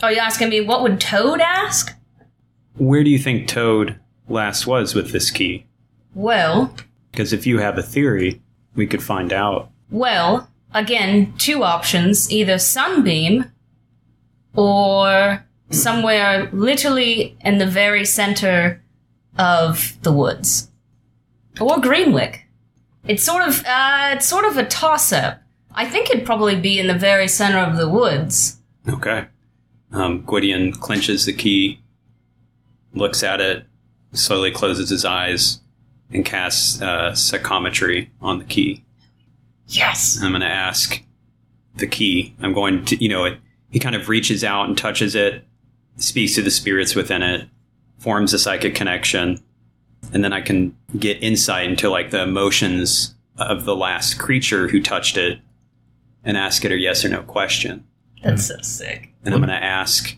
[SPEAKER 3] Are you Oh, asking me what would Toad ask?
[SPEAKER 5] Where do you think Toad last was with this key?
[SPEAKER 3] Well,
[SPEAKER 5] Because if you have a theory, we could find out.
[SPEAKER 3] well, again, two options either Sunbeam or somewhere literally in the very center of the woods. Or Greenwick. It's sort of uh, it's sort of a toss up. I think it'd probably be in the very center of the woods.
[SPEAKER 5] Okay. Um, Gwydion clenches the key, looks at it, slowly closes his eyes, and casts uh, psychometry on the key.
[SPEAKER 3] Yes.
[SPEAKER 5] I'm going to ask the key. I'm going to, you know, it, he kind of reaches out and touches it, speaks to the spirits within it, forms a psychic connection, and then I can get insight into like the emotions of the last creature who touched it and ask it a yes or no question
[SPEAKER 3] That's so sick.
[SPEAKER 5] and I'm going to ask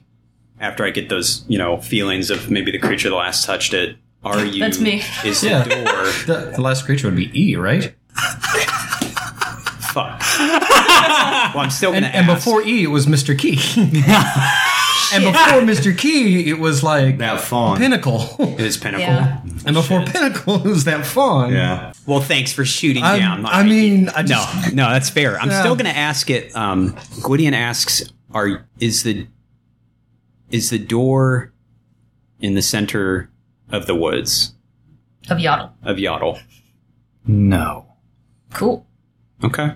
[SPEAKER 5] after I get those, you know, feelings of maybe the creature that last touched it. Are you?
[SPEAKER 3] That's me.
[SPEAKER 5] Is the
[SPEAKER 4] Yeah.
[SPEAKER 5] door?
[SPEAKER 4] The, the last creature would be E, right?
[SPEAKER 5] Fuck. Well, I'm still going
[SPEAKER 4] And,
[SPEAKER 5] to ask.
[SPEAKER 4] and before E, it was Mr. Key. And before Mr. Key, it was like
[SPEAKER 2] That fawn.
[SPEAKER 4] Pinnacle.
[SPEAKER 5] It is Pinnacle.
[SPEAKER 3] Yeah.
[SPEAKER 4] And before Pinnacle, it was that fawn.
[SPEAKER 2] yeah.
[SPEAKER 5] Well, thanks for shooting
[SPEAKER 4] I'm-
[SPEAKER 5] down. my-
[SPEAKER 4] I mean, I just-
[SPEAKER 5] no, no, that's fair. I'm
[SPEAKER 4] Yeah.
[SPEAKER 5] still going to ask it. Um, Gwydion asks, "Are is the is the door in the center of the woods
[SPEAKER 3] Of Yodel.
[SPEAKER 5] of Yodel?"
[SPEAKER 1] No.
[SPEAKER 3] Cool.
[SPEAKER 5] Okay,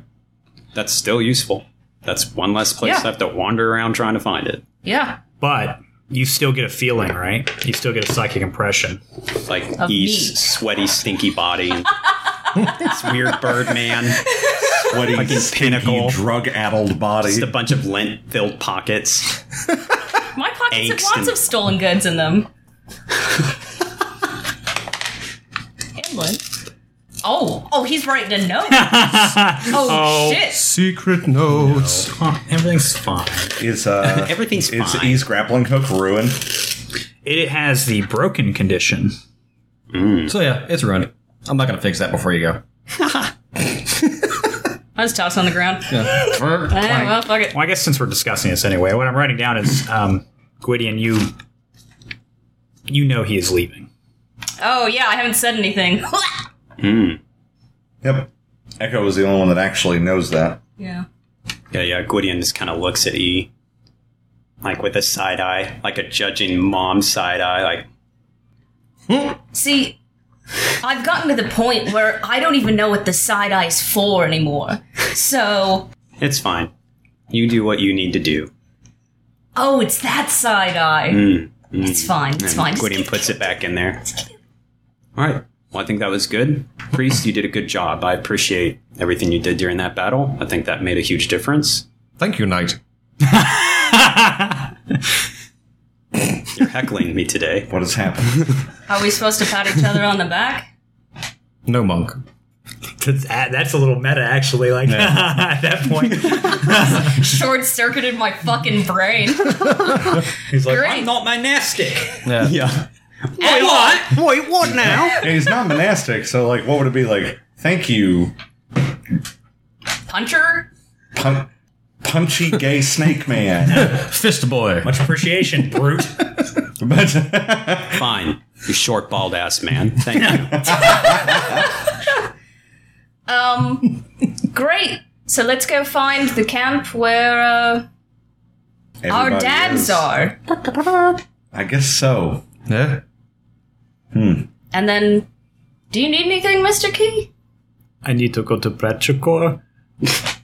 [SPEAKER 5] that's still useful. That's one less place
[SPEAKER 3] Yeah.
[SPEAKER 5] I have to wander around trying to find it.
[SPEAKER 3] Yeah.
[SPEAKER 1] But you still get a feeling, right? You still get a psychic impression.
[SPEAKER 5] Like
[SPEAKER 3] Of
[SPEAKER 5] East,
[SPEAKER 3] meat.
[SPEAKER 5] sweaty, stinky body. this weird bird man.
[SPEAKER 2] Sweaty,
[SPEAKER 5] Fucking
[SPEAKER 2] stinky,
[SPEAKER 5] pinnacle.
[SPEAKER 2] drug-addled body.
[SPEAKER 5] Just a bunch of lint-filled pockets.
[SPEAKER 3] My pockets have
[SPEAKER 5] Angst
[SPEAKER 3] lots
[SPEAKER 5] and-
[SPEAKER 3] of stolen goods in them. and lint. Oh, oh, he's writing a note. oh,
[SPEAKER 5] Oh.
[SPEAKER 3] shit.
[SPEAKER 4] Secret notes.
[SPEAKER 1] Huh, everything's fine.
[SPEAKER 2] Is uh,
[SPEAKER 5] Everything's
[SPEAKER 2] is
[SPEAKER 5] fine.
[SPEAKER 2] E's grappling hook ruined?
[SPEAKER 1] It has the broken condition.
[SPEAKER 4] So yeah, it's ruined. I'm not gonna fix that before you go.
[SPEAKER 3] I was tossed on the ground.
[SPEAKER 4] Yeah.
[SPEAKER 3] Eh, well, fuck it.
[SPEAKER 1] Well, I guess since we're discussing this anyway, what I'm writing down is, um, Gwydion, you you know he is leaving.
[SPEAKER 3] Oh, yeah, I haven't said anything.
[SPEAKER 2] Yep. Echo was the only one that actually knows that.
[SPEAKER 3] yeah.
[SPEAKER 5] Yeah, yeah. Gwydion just kind of looks at E, like with a side eye, like a judging mom side eye. Like,
[SPEAKER 3] See, I've gotten to the point where I don't even know what the side eye's for anymore. So,
[SPEAKER 5] it's fine. You do what you need to do.
[SPEAKER 3] oh, it's that side eye.
[SPEAKER 5] Hmm.
[SPEAKER 3] It's fine. It's fine. Just
[SPEAKER 5] Gwydion
[SPEAKER 3] keep-
[SPEAKER 5] puts it back in there. All right. Well, I think that was good. Priest, you did a good job. I appreciate everything you did during that battle. I think that made a huge difference.
[SPEAKER 4] Thank you, Knight.
[SPEAKER 5] You're heckling me today.
[SPEAKER 2] What has happened?
[SPEAKER 3] Are we supposed to pat each other on the back?
[SPEAKER 4] No monk.
[SPEAKER 1] That's, that's a little meta, actually. Like at that point,
[SPEAKER 3] Short circuited my fucking brain.
[SPEAKER 1] he's like,
[SPEAKER 3] Great.
[SPEAKER 5] Not monastic.
[SPEAKER 4] Yeah.
[SPEAKER 5] Yeah. Wait, what? Wait, what now?
[SPEAKER 2] And he's not monastic, so like, what would it be like? Thank you,
[SPEAKER 3] Puncher?
[SPEAKER 2] pun- punchy gay snake man.
[SPEAKER 4] Fist boy.
[SPEAKER 1] much appreciation, brute.
[SPEAKER 2] but
[SPEAKER 5] Fine. You short, bald ass man. Thank you.
[SPEAKER 3] Um, great. So let's go find the camp where uh, our
[SPEAKER 2] Everybody
[SPEAKER 3] dads
[SPEAKER 2] is.
[SPEAKER 3] are.
[SPEAKER 2] I guess so.
[SPEAKER 4] Yeah.
[SPEAKER 3] And then, do you need anything, Mr. Key?
[SPEAKER 1] I need to go to Prachikor.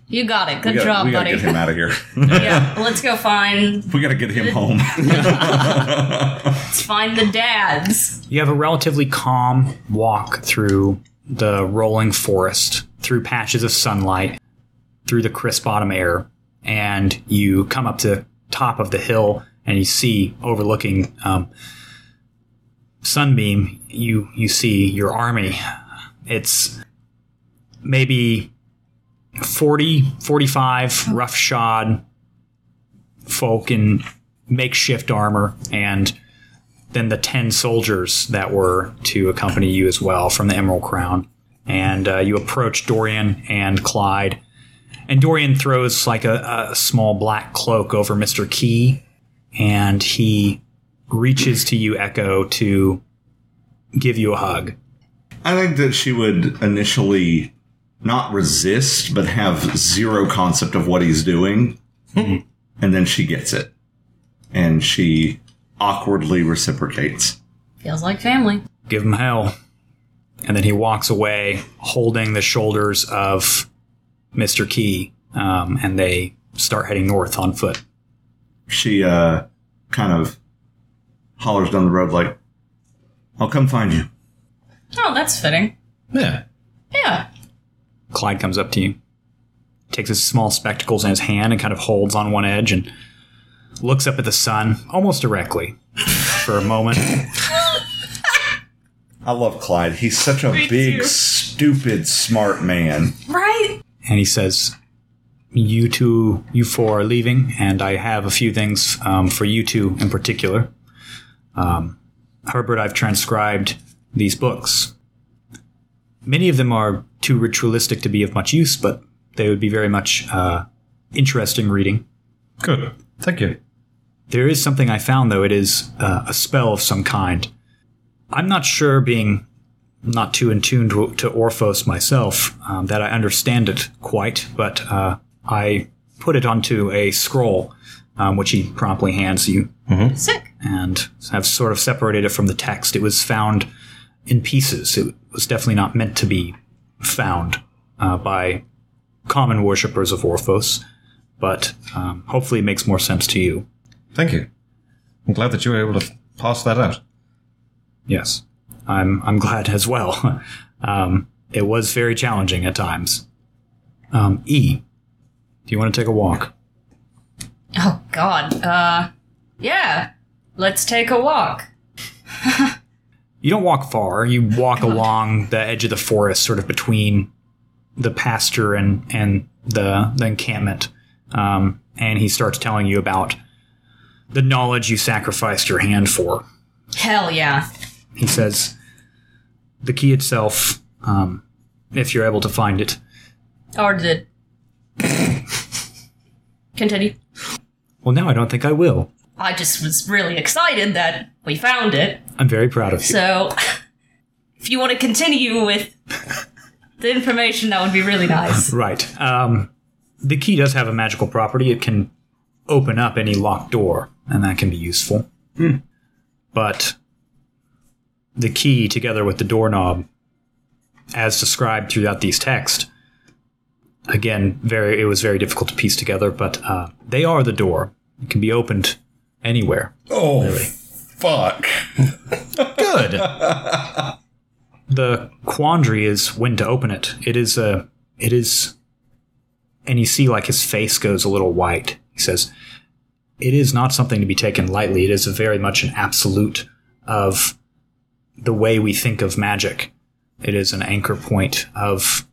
[SPEAKER 3] You got it. Good
[SPEAKER 2] we gotta,
[SPEAKER 3] job,
[SPEAKER 2] we gotta
[SPEAKER 3] buddy.
[SPEAKER 2] get him out of here.
[SPEAKER 3] yeah, let's go find
[SPEAKER 2] we gotta get him home.
[SPEAKER 3] let's find the dads.
[SPEAKER 1] You have a relatively calm walk through the rolling forest, through patches of sunlight, through the crisp autumn air, and you come up to top of the hill and you see overlooking um, sunbeam. You you see your army. It's maybe 40, 45 roughshod folk in makeshift armor and then the 10 soldiers that were to accompany you as well from the Emerald Crown. And uh, you approach Dorian and Clyde. And Dorian throws like a, a small black cloak over Mr. Key. And he reaches to you, Echo, to give you a hug.
[SPEAKER 2] I think that she would initially not resist, but have zero concept of what he's doing. and then she gets it. And she awkwardly reciprocates.
[SPEAKER 3] Feels like family.
[SPEAKER 1] Give him hell. And then he walks away holding the shoulders of Mr. Key. Um, and they start heading north on foot.
[SPEAKER 2] She uh, kind of hollers down the road, like, I'll come find you.
[SPEAKER 3] Oh, that's fitting.
[SPEAKER 4] Yeah.
[SPEAKER 3] Yeah.
[SPEAKER 1] Clyde comes up to you, takes his small spectacles in his hand and kind of holds on one edge and looks up at the sun almost directly for a moment.
[SPEAKER 2] I love Clyde. He's such a big, stupid, smart man.
[SPEAKER 3] Right.
[SPEAKER 1] And he says, You two, you four are leaving, and I have a few things um, for you two in particular. Um, Herbert, I've transcribed these books. Many of them are too ritualistic to be of much use, but they would be very much uh, interesting reading.
[SPEAKER 4] Good. Thank you.
[SPEAKER 1] There is something I found, though. It is uh, a spell of some kind. I'm not sure, being not too in tune to, to Orphos myself, um, that I understand it quite, but uh, I put it onto a scroll, um, which he promptly hands you,
[SPEAKER 3] Sick.
[SPEAKER 1] and have sort of separated it from the text. It was found in pieces. It was definitely not meant to be found uh, by common worshippers of Orphos, but um, hopefully it makes more sense to you.
[SPEAKER 4] Thank you. I'm glad that you were able to pass that out.
[SPEAKER 1] Yes, I'm. I'm glad as well. Um, it was very challenging at times. Um, e, do you want to take a walk?
[SPEAKER 3] Oh God. Uh, yeah. Let's take a walk.
[SPEAKER 1] You don't walk far. You walk along the edge of the forest, sort of between the pasture and and the the encampment. Um, and he starts telling you about the knowledge you sacrificed your hand for.
[SPEAKER 3] Hell yeah.
[SPEAKER 1] he says the key itself um, if you're able to find it
[SPEAKER 3] Or did. Continue.
[SPEAKER 1] well now i don't think i will
[SPEAKER 3] I just was really excited that we found it.
[SPEAKER 1] i'm very proud of you
[SPEAKER 3] So, if you want to continue with the information, that would be really nice.
[SPEAKER 1] right um, the key does have a magical property it can open up any locked door and that can be useful but the key together with the doorknob as described throughout these texts again very it was very difficult to piece together but uh, they are the door it can be opened anywhere
[SPEAKER 2] Oh, fuck.
[SPEAKER 4] Good.
[SPEAKER 1] the quandary is when to open it. It is a. It is. And you see, like, his face goes a little white. He says, It is not something to be taken lightly. It is a very much an absolute of the way we think of magic. It is an anchor point of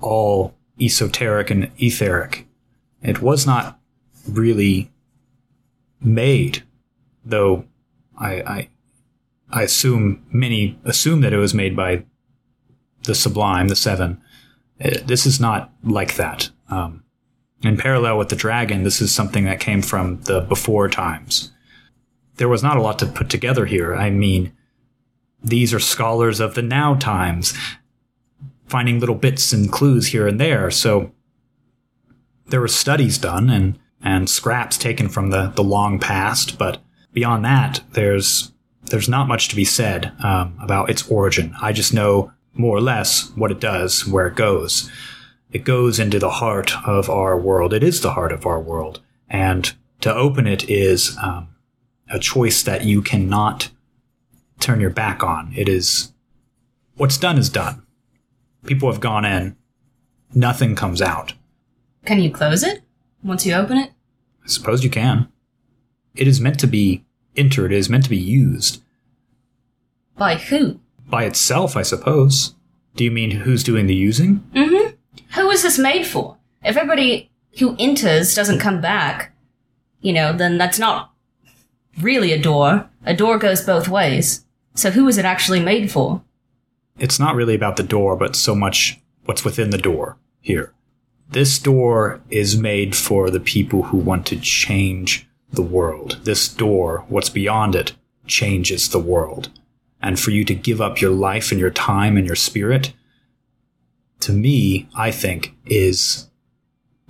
[SPEAKER 1] all esoteric and etheric. It was not really made, though I, I I assume many assume that it was made by the Sublime, the Seven. Uh, This is not like that. Um, in parallel with the dragon, this is something that came from the before times. There was not a lot to put together here. I mean, these are scholars of the now times, finding little bits and clues here and there. So there were studies done and, and scraps taken from the, the long past, but beyond that, there's there's not much to be said um, about its origin. I just know more or less what it does, where it goes. It goes into the heart of our world. It is the heart of our world, and to open it is um, a choice that you cannot turn your back on. It is what's done is done. People have gone in. Nothing comes out.
[SPEAKER 3] Can you close it once you open it?
[SPEAKER 1] I suppose you can. It is meant to be entered. It is meant to be used.
[SPEAKER 3] By who?
[SPEAKER 1] By itself, I suppose. Do you mean who's doing the using?
[SPEAKER 3] Mm-hmm. Who is this made for? If everybody who enters doesn't come back, you know, then that's not really a door. A door goes both ways. So who is it actually made for?
[SPEAKER 1] It's not really about the door, but so much what's within the door here. This door is made for the people who want to change the world. This door, what's beyond it, changes the world. And for you to give up your life and your time and your spirit, to me, I think, is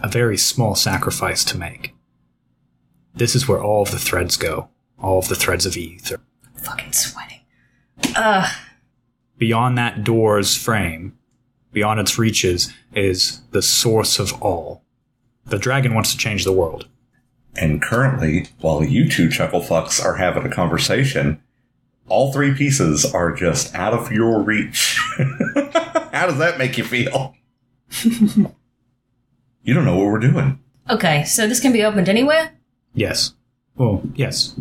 [SPEAKER 1] a very small sacrifice to make. This is where all of the threads go, all of the threads of ether.
[SPEAKER 3] Fucking sweating. Ugh.
[SPEAKER 1] beyond that door's frame, beyond its reaches, is the source of all. The dragon wants to change the world.
[SPEAKER 2] And currently, while you two chuckle fucks are having a conversation, all three pieces are just out of your reach. How does that make you feel? you don't know what we're doing.
[SPEAKER 3] Okay, so this can be opened anywhere?
[SPEAKER 1] Yes. Well, yes.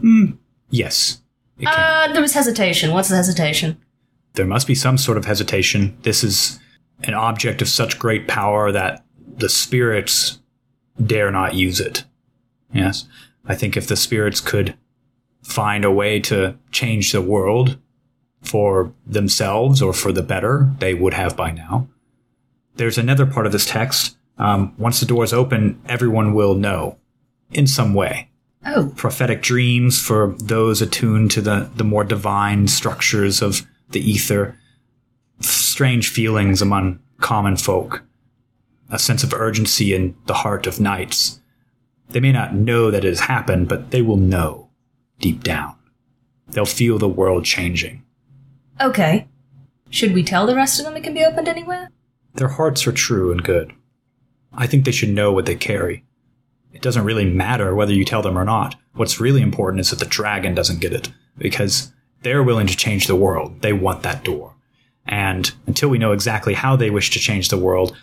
[SPEAKER 1] Hmm. Yes. It can.
[SPEAKER 3] Uh, there was hesitation. What's the hesitation?
[SPEAKER 1] there must be some sort of hesitation. This is an object of such great power that the spirits dare not use it. Yes. I think if the spirits could find a way to change the world for themselves or for the better, they would have by now. There's another part of this text. Um, once the door is open, everyone will know in some way.
[SPEAKER 3] Oh,
[SPEAKER 1] prophetic dreams for those attuned to the, the more divine structures of the ether, strange feelings among common folk, a sense of urgency in the heart of knights. They may not know that it has happened, but they will know deep down. They'll feel the world changing.
[SPEAKER 3] okay. Should we tell the rest of them it can be opened anywhere?
[SPEAKER 1] Their hearts are true and good. I think they should know what they carry. It doesn't really matter whether you tell them or not. What's really important is that the dragon doesn't get it, because they're willing to change the world. They want that door. And until we know exactly how they wish to change the world,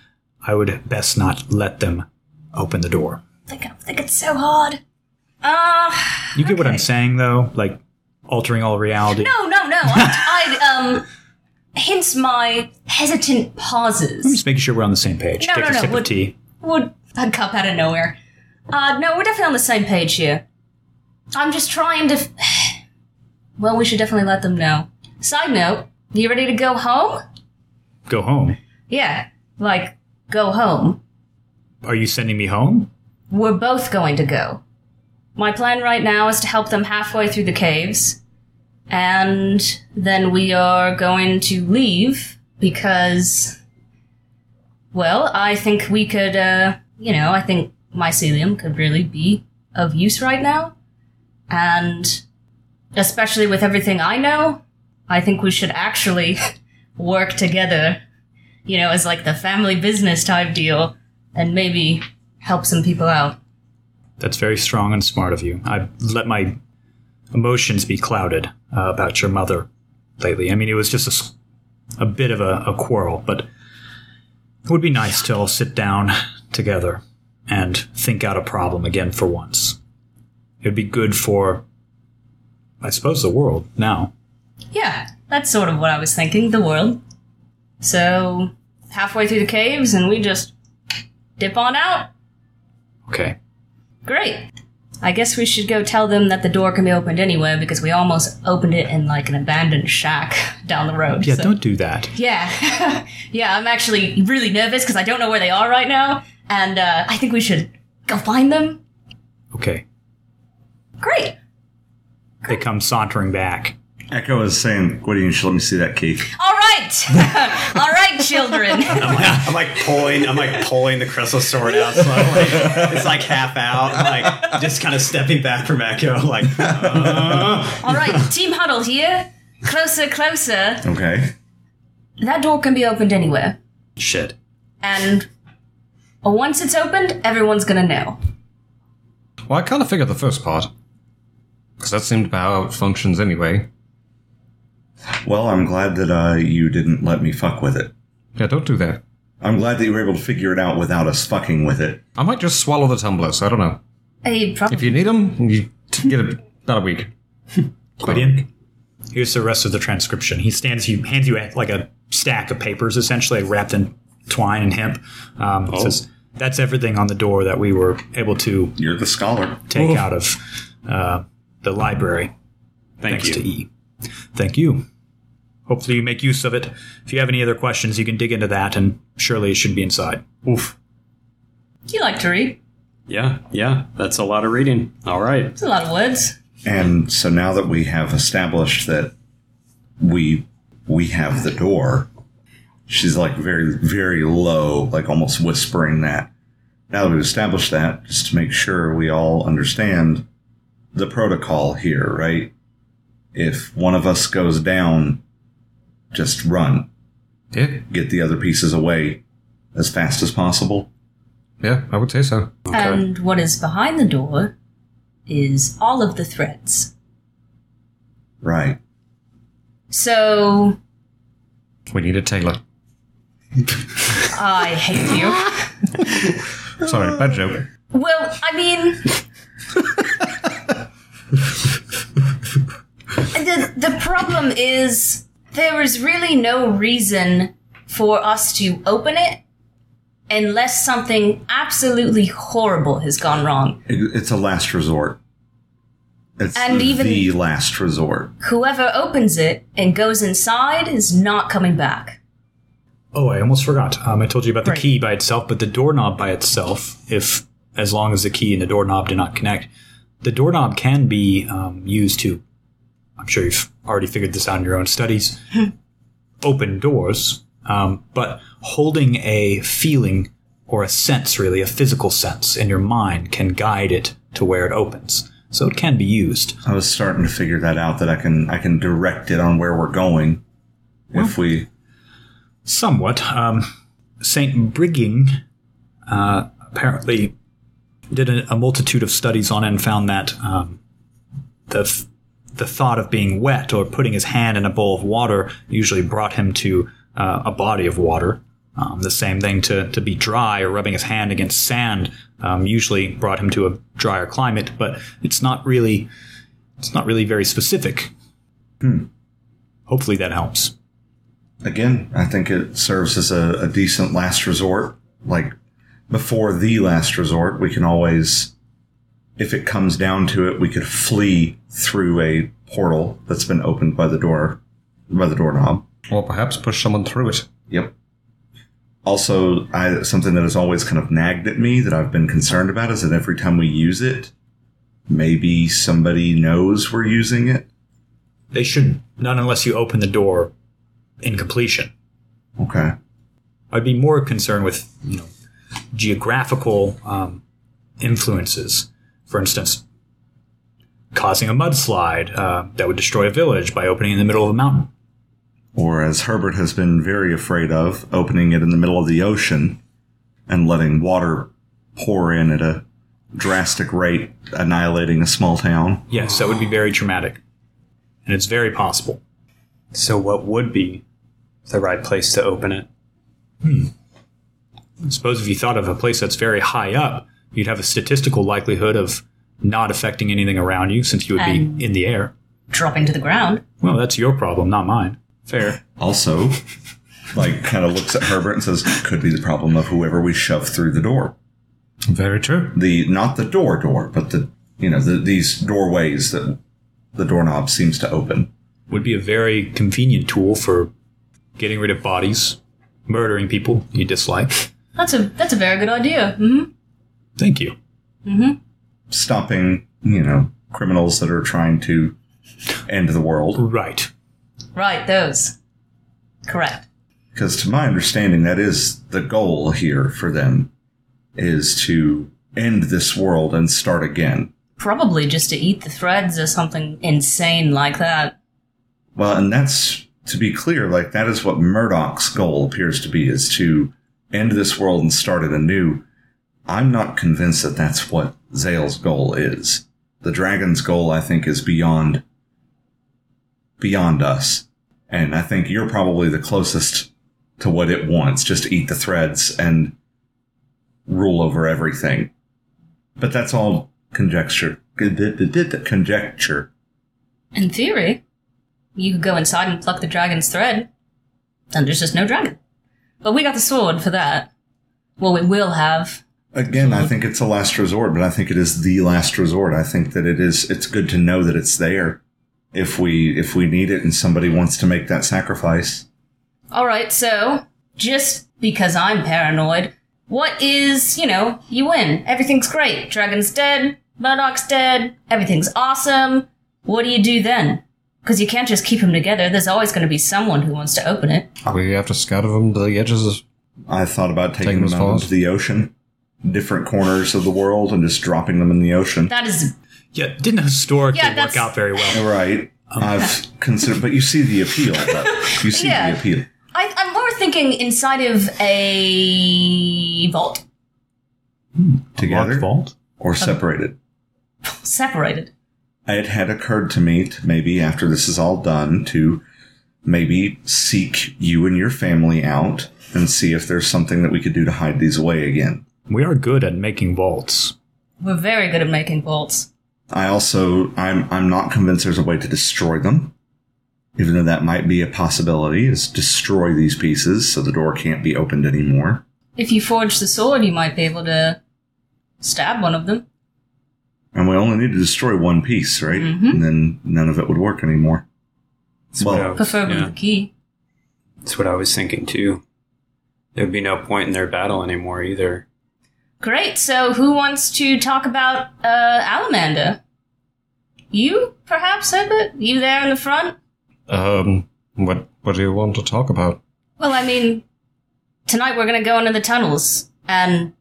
[SPEAKER 1] I would best not let them open the door.
[SPEAKER 3] They can think it's so hard. Uh,
[SPEAKER 1] You get what I'm saying, though? Like, altering all reality.
[SPEAKER 3] no, no, no. I, I um, hence my hesitant
[SPEAKER 1] I'm
[SPEAKER 3] pauses.
[SPEAKER 1] just making sure we're on the same page.
[SPEAKER 3] No,
[SPEAKER 1] Take
[SPEAKER 3] no,
[SPEAKER 1] a
[SPEAKER 3] no,
[SPEAKER 1] sip
[SPEAKER 3] would-
[SPEAKER 1] of tea.
[SPEAKER 3] Would a cup out of nowhere? Uh, no, we're definitely on the same page here. I'm just trying to. f- well, we should definitely let them know. Side note: You ready to go home?
[SPEAKER 1] Go home.
[SPEAKER 3] Yeah, like go home.
[SPEAKER 1] Are you sending me home?
[SPEAKER 3] We're both going to go. My plan right now is to help them halfway through the caves, and then we are going to leave because, well, I think we could, uh, you know, I think mycelium could really be of use right now, and especially with everything I know, I think we should actually work together, you know, as like the family business type deal, and maybe help some people out.
[SPEAKER 1] That's very strong and smart of you. I've let my emotions be clouded uh, about your mother lately. I mean, it was just a s- a, bit of a, a quarrel, but it would be nice to all sit down together and think out a problem again for once. It would be good for, I suppose, the world now.
[SPEAKER 3] Yeah, that's sort of what I was thinking, the world. So, halfway through the caves, and we just dip on out.
[SPEAKER 1] Okay.
[SPEAKER 3] Great. I guess we should go tell them that the door can be opened anywhere because we almost opened it in like an abandoned shack down the road.
[SPEAKER 1] Yeah,
[SPEAKER 3] so-
[SPEAKER 1] don't do that.
[SPEAKER 3] Yeah, yeah. I'm actually really nervous because I don't know where they are right now, and uh, I think we should go find them.
[SPEAKER 1] Okay.
[SPEAKER 3] Great.
[SPEAKER 1] They come sauntering back.
[SPEAKER 2] Echo is saying, Gwydion, you should let me see that key.
[SPEAKER 3] All right, all right, children.
[SPEAKER 5] I'm like pulling, I'm like pulling the crystal sword out slowly. It's like half out, like just kind of stepping back from Echo, like. uh.
[SPEAKER 3] All right, team huddle here. Closer, closer.
[SPEAKER 2] Okay.
[SPEAKER 3] That door can be opened anywhere,
[SPEAKER 5] Shit.
[SPEAKER 3] and once it's opened, everyone's gonna know.
[SPEAKER 4] Well, I kind of figured the first part. Because that seemed how it functions anyway.
[SPEAKER 2] Well, I'm glad that uh, you didn't let me fuck with it.
[SPEAKER 4] Yeah, don't do that.
[SPEAKER 2] I'm glad that you were able to figure it out without us fucking with it.
[SPEAKER 4] I might just swallow the tumblers. I don't know.
[SPEAKER 3] Hey, prob-
[SPEAKER 4] If you need them, you t- get a, about a week.
[SPEAKER 1] Gideon, here's the rest of the transcription. He stands, he hands you like a stack of papers, essentially wrapped in twine and hemp. Um,
[SPEAKER 5] Oh.
[SPEAKER 1] it Says that's everything on the door that we were able to
[SPEAKER 2] You're the scholar.
[SPEAKER 1] take
[SPEAKER 5] Oh.
[SPEAKER 1] out of uh, the library.
[SPEAKER 5] Thank
[SPEAKER 1] thanks to
[SPEAKER 5] you.
[SPEAKER 1] E. Thank you. Hopefully, you make use of it. If you have any other questions, you can dig into that, and surely it should be inside.
[SPEAKER 5] Oof.
[SPEAKER 3] you like to read?
[SPEAKER 5] Yeah, yeah. That's a lot of reading. All right.
[SPEAKER 3] It's a lot of words.
[SPEAKER 2] And so now that we have established that we we have the door, she's like very very low, like almost whispering that. Now that we've established that, just to make sure we all understand the protocol here, right? If one of us goes down, just run.
[SPEAKER 4] Yeah,
[SPEAKER 2] Get the other pieces away as fast as possible.
[SPEAKER 4] yeah, I would say so.
[SPEAKER 3] And what is behind the door is all of the threads.
[SPEAKER 2] Right.
[SPEAKER 3] So
[SPEAKER 4] We need a tailor.
[SPEAKER 3] I hate you.
[SPEAKER 4] Sorry, bad joke.
[SPEAKER 3] Well, I mean, the the problem is there is really no reason for us to open it unless something absolutely horrible has gone wrong.
[SPEAKER 2] It, it's a last resort. It's
[SPEAKER 3] And even-
[SPEAKER 2] the last resort.
[SPEAKER 3] Whoever opens it and goes inside is not coming back.
[SPEAKER 1] Oh, I almost forgot. Um, I told you about the
[SPEAKER 3] Right.
[SPEAKER 1] key by itself, but the doorknob by itself, if as long as the key and the doorknob do not connect, The doorknob can be um, used to, I'm sure you've already figured this out in your own studies, open doors, um, but holding a feeling or a sense, really, a physical sense in your mind can guide it to where it opens. So it can be used.
[SPEAKER 2] I was starting to figure that out that I can I can direct it on where we're going if we
[SPEAKER 1] Somewhat. Um, Saint Brigging uh, apparently did a, a multitude of studies on it and found that um, the th- the thought of being wet or putting his hand in a bowl of water usually brought him to uh, a body of water. Um, the same thing to, to be dry or rubbing his hand against sand um, usually brought him to a drier climate, but it's not really it's not really very specific. Hopefully that helps.
[SPEAKER 2] again, I think it serves as a, a decent last resort. Like before the last resort, we can always, if it comes down to it, we could flee through a portal that's been opened by the door, by the doorknob.
[SPEAKER 4] Or perhaps push someone through it.
[SPEAKER 2] Yep. Also, I, something that has always kind of nagged at me that I've been concerned about is that every time we use it, maybe somebody knows we're using it.
[SPEAKER 1] They should not unless you open the door in completion.
[SPEAKER 2] Okay.
[SPEAKER 1] I'd be more concerned with you know geographical um, influences. For instance, causing a mudslide uh, that would destroy a village by opening in the middle of a mountain.
[SPEAKER 2] Or, as Herbert has been very afraid of, opening it in the middle of the ocean and letting water pour in at a drastic rate, annihilating a small town.
[SPEAKER 1] Yes, that would be very traumatic, and it's very possible.
[SPEAKER 5] So, what would be the right place to open it?
[SPEAKER 1] I suppose if you thought of a place that's very high up, you'd have a statistical likelihood of not affecting anything around you since you would
[SPEAKER 3] And-
[SPEAKER 1] be in the air.
[SPEAKER 3] dropping to the ground.
[SPEAKER 1] Well, that's your problem, not mine.
[SPEAKER 5] Fair.
[SPEAKER 2] Also, like, kind of looks at Herbert and says, could be the problem of whoever we shove through the door.
[SPEAKER 4] Very true.
[SPEAKER 2] the not the door door, but the you know the, these doorways that the doorknob seems to open.
[SPEAKER 1] would be a very convenient tool for getting rid of bodies, murdering people you dislike.
[SPEAKER 3] That's a that's a very good idea. Mm-hmm.
[SPEAKER 1] Thank you.
[SPEAKER 2] Stopping you know criminals that are trying to end the world.
[SPEAKER 1] Right.
[SPEAKER 3] Right, those. Correct.
[SPEAKER 2] Because to my understanding, that is the goal here for them is to end this world and start again.
[SPEAKER 3] Probably just to eat the threads or something insane like that.
[SPEAKER 2] Well, and that's to be clear, like that is what Murdoch's goal appears to be is to end this world and start it anew. I'm not convinced that that's what Zale's goal is. The dragon's goal, I think, is beyond beyond us, and I think you're probably the closest to what it wants. Just eat the threads and rule over everything. But that's all conjecture. Conjecture.
[SPEAKER 3] In theory, you could go inside and pluck the dragon's thread, and there's just no dragon. But we got the sword for that. Well, we will have.
[SPEAKER 2] Again, I think it's a last resort, but I think it is the last resort. I think that it is. It's good to know that it's there if we if we need it and somebody wants to make that sacrifice.
[SPEAKER 3] All right, so just because I'm paranoid, what is you know you win? Everything's great. Dragon's dead. Murdoch's dead. Everything's awesome. What do you do then? Because you can't just keep them together. There's always going to be someone who wants to open it.
[SPEAKER 4] We have to scatter them to the edges. of-
[SPEAKER 2] I thought about
[SPEAKER 4] Take
[SPEAKER 2] taking
[SPEAKER 4] them as
[SPEAKER 2] them out
[SPEAKER 4] follows.
[SPEAKER 2] into the ocean, different corners of the world, and just dropping them in the ocean.
[SPEAKER 3] That is
[SPEAKER 1] Yeah, didn't historically
[SPEAKER 3] Yeah,
[SPEAKER 1] work
[SPEAKER 3] that's-
[SPEAKER 1] out very well.
[SPEAKER 2] Right. I've considered, but you see the appeal. though. You see
[SPEAKER 3] Yeah.
[SPEAKER 2] the appeal.
[SPEAKER 3] I, I'm more thinking inside of a vault,
[SPEAKER 2] Together?
[SPEAKER 1] Locked vault.
[SPEAKER 2] Or separated.
[SPEAKER 3] separated.
[SPEAKER 2] it had occurred to me to maybe after this is all done to maybe seek you and your family out and see if there's something that we could do to hide these away again.
[SPEAKER 1] We are good at making vaults.
[SPEAKER 3] We're very good at making vaults.
[SPEAKER 2] I also I'm I'm not convinced there's a way to destroy them. Even though that might be a possibility, is destroy these pieces so the door can't be opened anymore.
[SPEAKER 3] If you forge the sword, you might be able to stab one of them.
[SPEAKER 2] And we only need to destroy one piece, right? And then none of it would work anymore.
[SPEAKER 5] That's
[SPEAKER 2] Well-
[SPEAKER 5] what I was-
[SPEAKER 3] Preferably
[SPEAKER 5] yeah.
[SPEAKER 3] the key.
[SPEAKER 5] That's what I was thinking too. There'd be no point in their battle anymore either.
[SPEAKER 3] Great. So, who wants to talk about uh, Alamander? You, perhaps, Herbert? You there in the front?
[SPEAKER 4] Um, what what do you want to talk about?
[SPEAKER 3] Well, I mean, tonight we're gonna go into the tunnels, and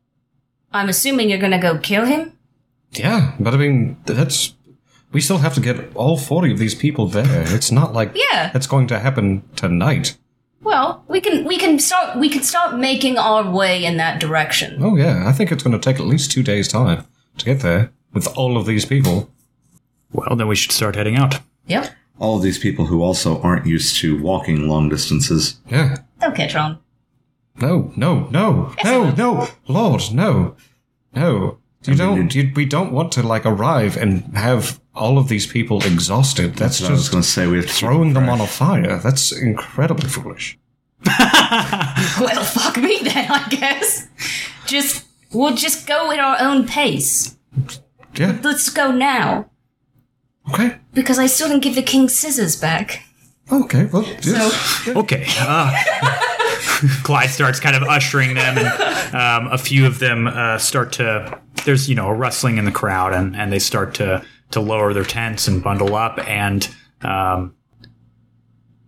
[SPEAKER 3] I'm assuming you're gonna go kill him?
[SPEAKER 4] Yeah, but I mean that's we still have to get all forty of these people there. It's not like
[SPEAKER 3] Yeah.
[SPEAKER 4] that's going to happen tonight.
[SPEAKER 3] Well, we can we can start we can start making our way in that direction.
[SPEAKER 4] Oh yeah, I think it's going to take at least two days' time to get there with all of these people.
[SPEAKER 1] Well, then we should start heading out.
[SPEAKER 3] Yep.
[SPEAKER 2] All of these people who also aren't used to walking long distances.
[SPEAKER 4] Yeah.
[SPEAKER 3] They'll catch on.
[SPEAKER 4] No, no, no, no, no, Lord, no, no. You don't. You, we don't want to like arrive and have all of these people exhausted. That's
[SPEAKER 2] So I was
[SPEAKER 4] just
[SPEAKER 2] going to say we have to
[SPEAKER 4] throwing them on a fire. That's incredibly foolish.
[SPEAKER 3] Well, fuck me then, I guess. Just we'll just go at our own pace.
[SPEAKER 4] Yeah.
[SPEAKER 3] Let's go now
[SPEAKER 4] Okay.
[SPEAKER 3] because I still didn't give the king scissors back.
[SPEAKER 4] Okay. Well. Yes.
[SPEAKER 1] Okay. Uh, Clyde starts kind of ushering them, and um, a few of them uh, start to. There's you know a rustling in the crowd, and, and they start to to lower their tents and bundle up, and um,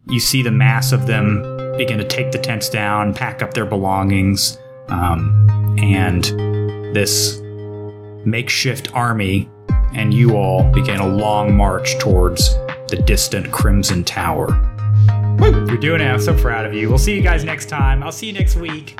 [SPEAKER 1] you see the mass of them begin to take the tents down, pack up their belongings, um, and this makeshift army and you all began a long march towards the distant Crimson Tower. You're doing it. I'm so proud of you. We'll see you guys next time. I'll see you next week.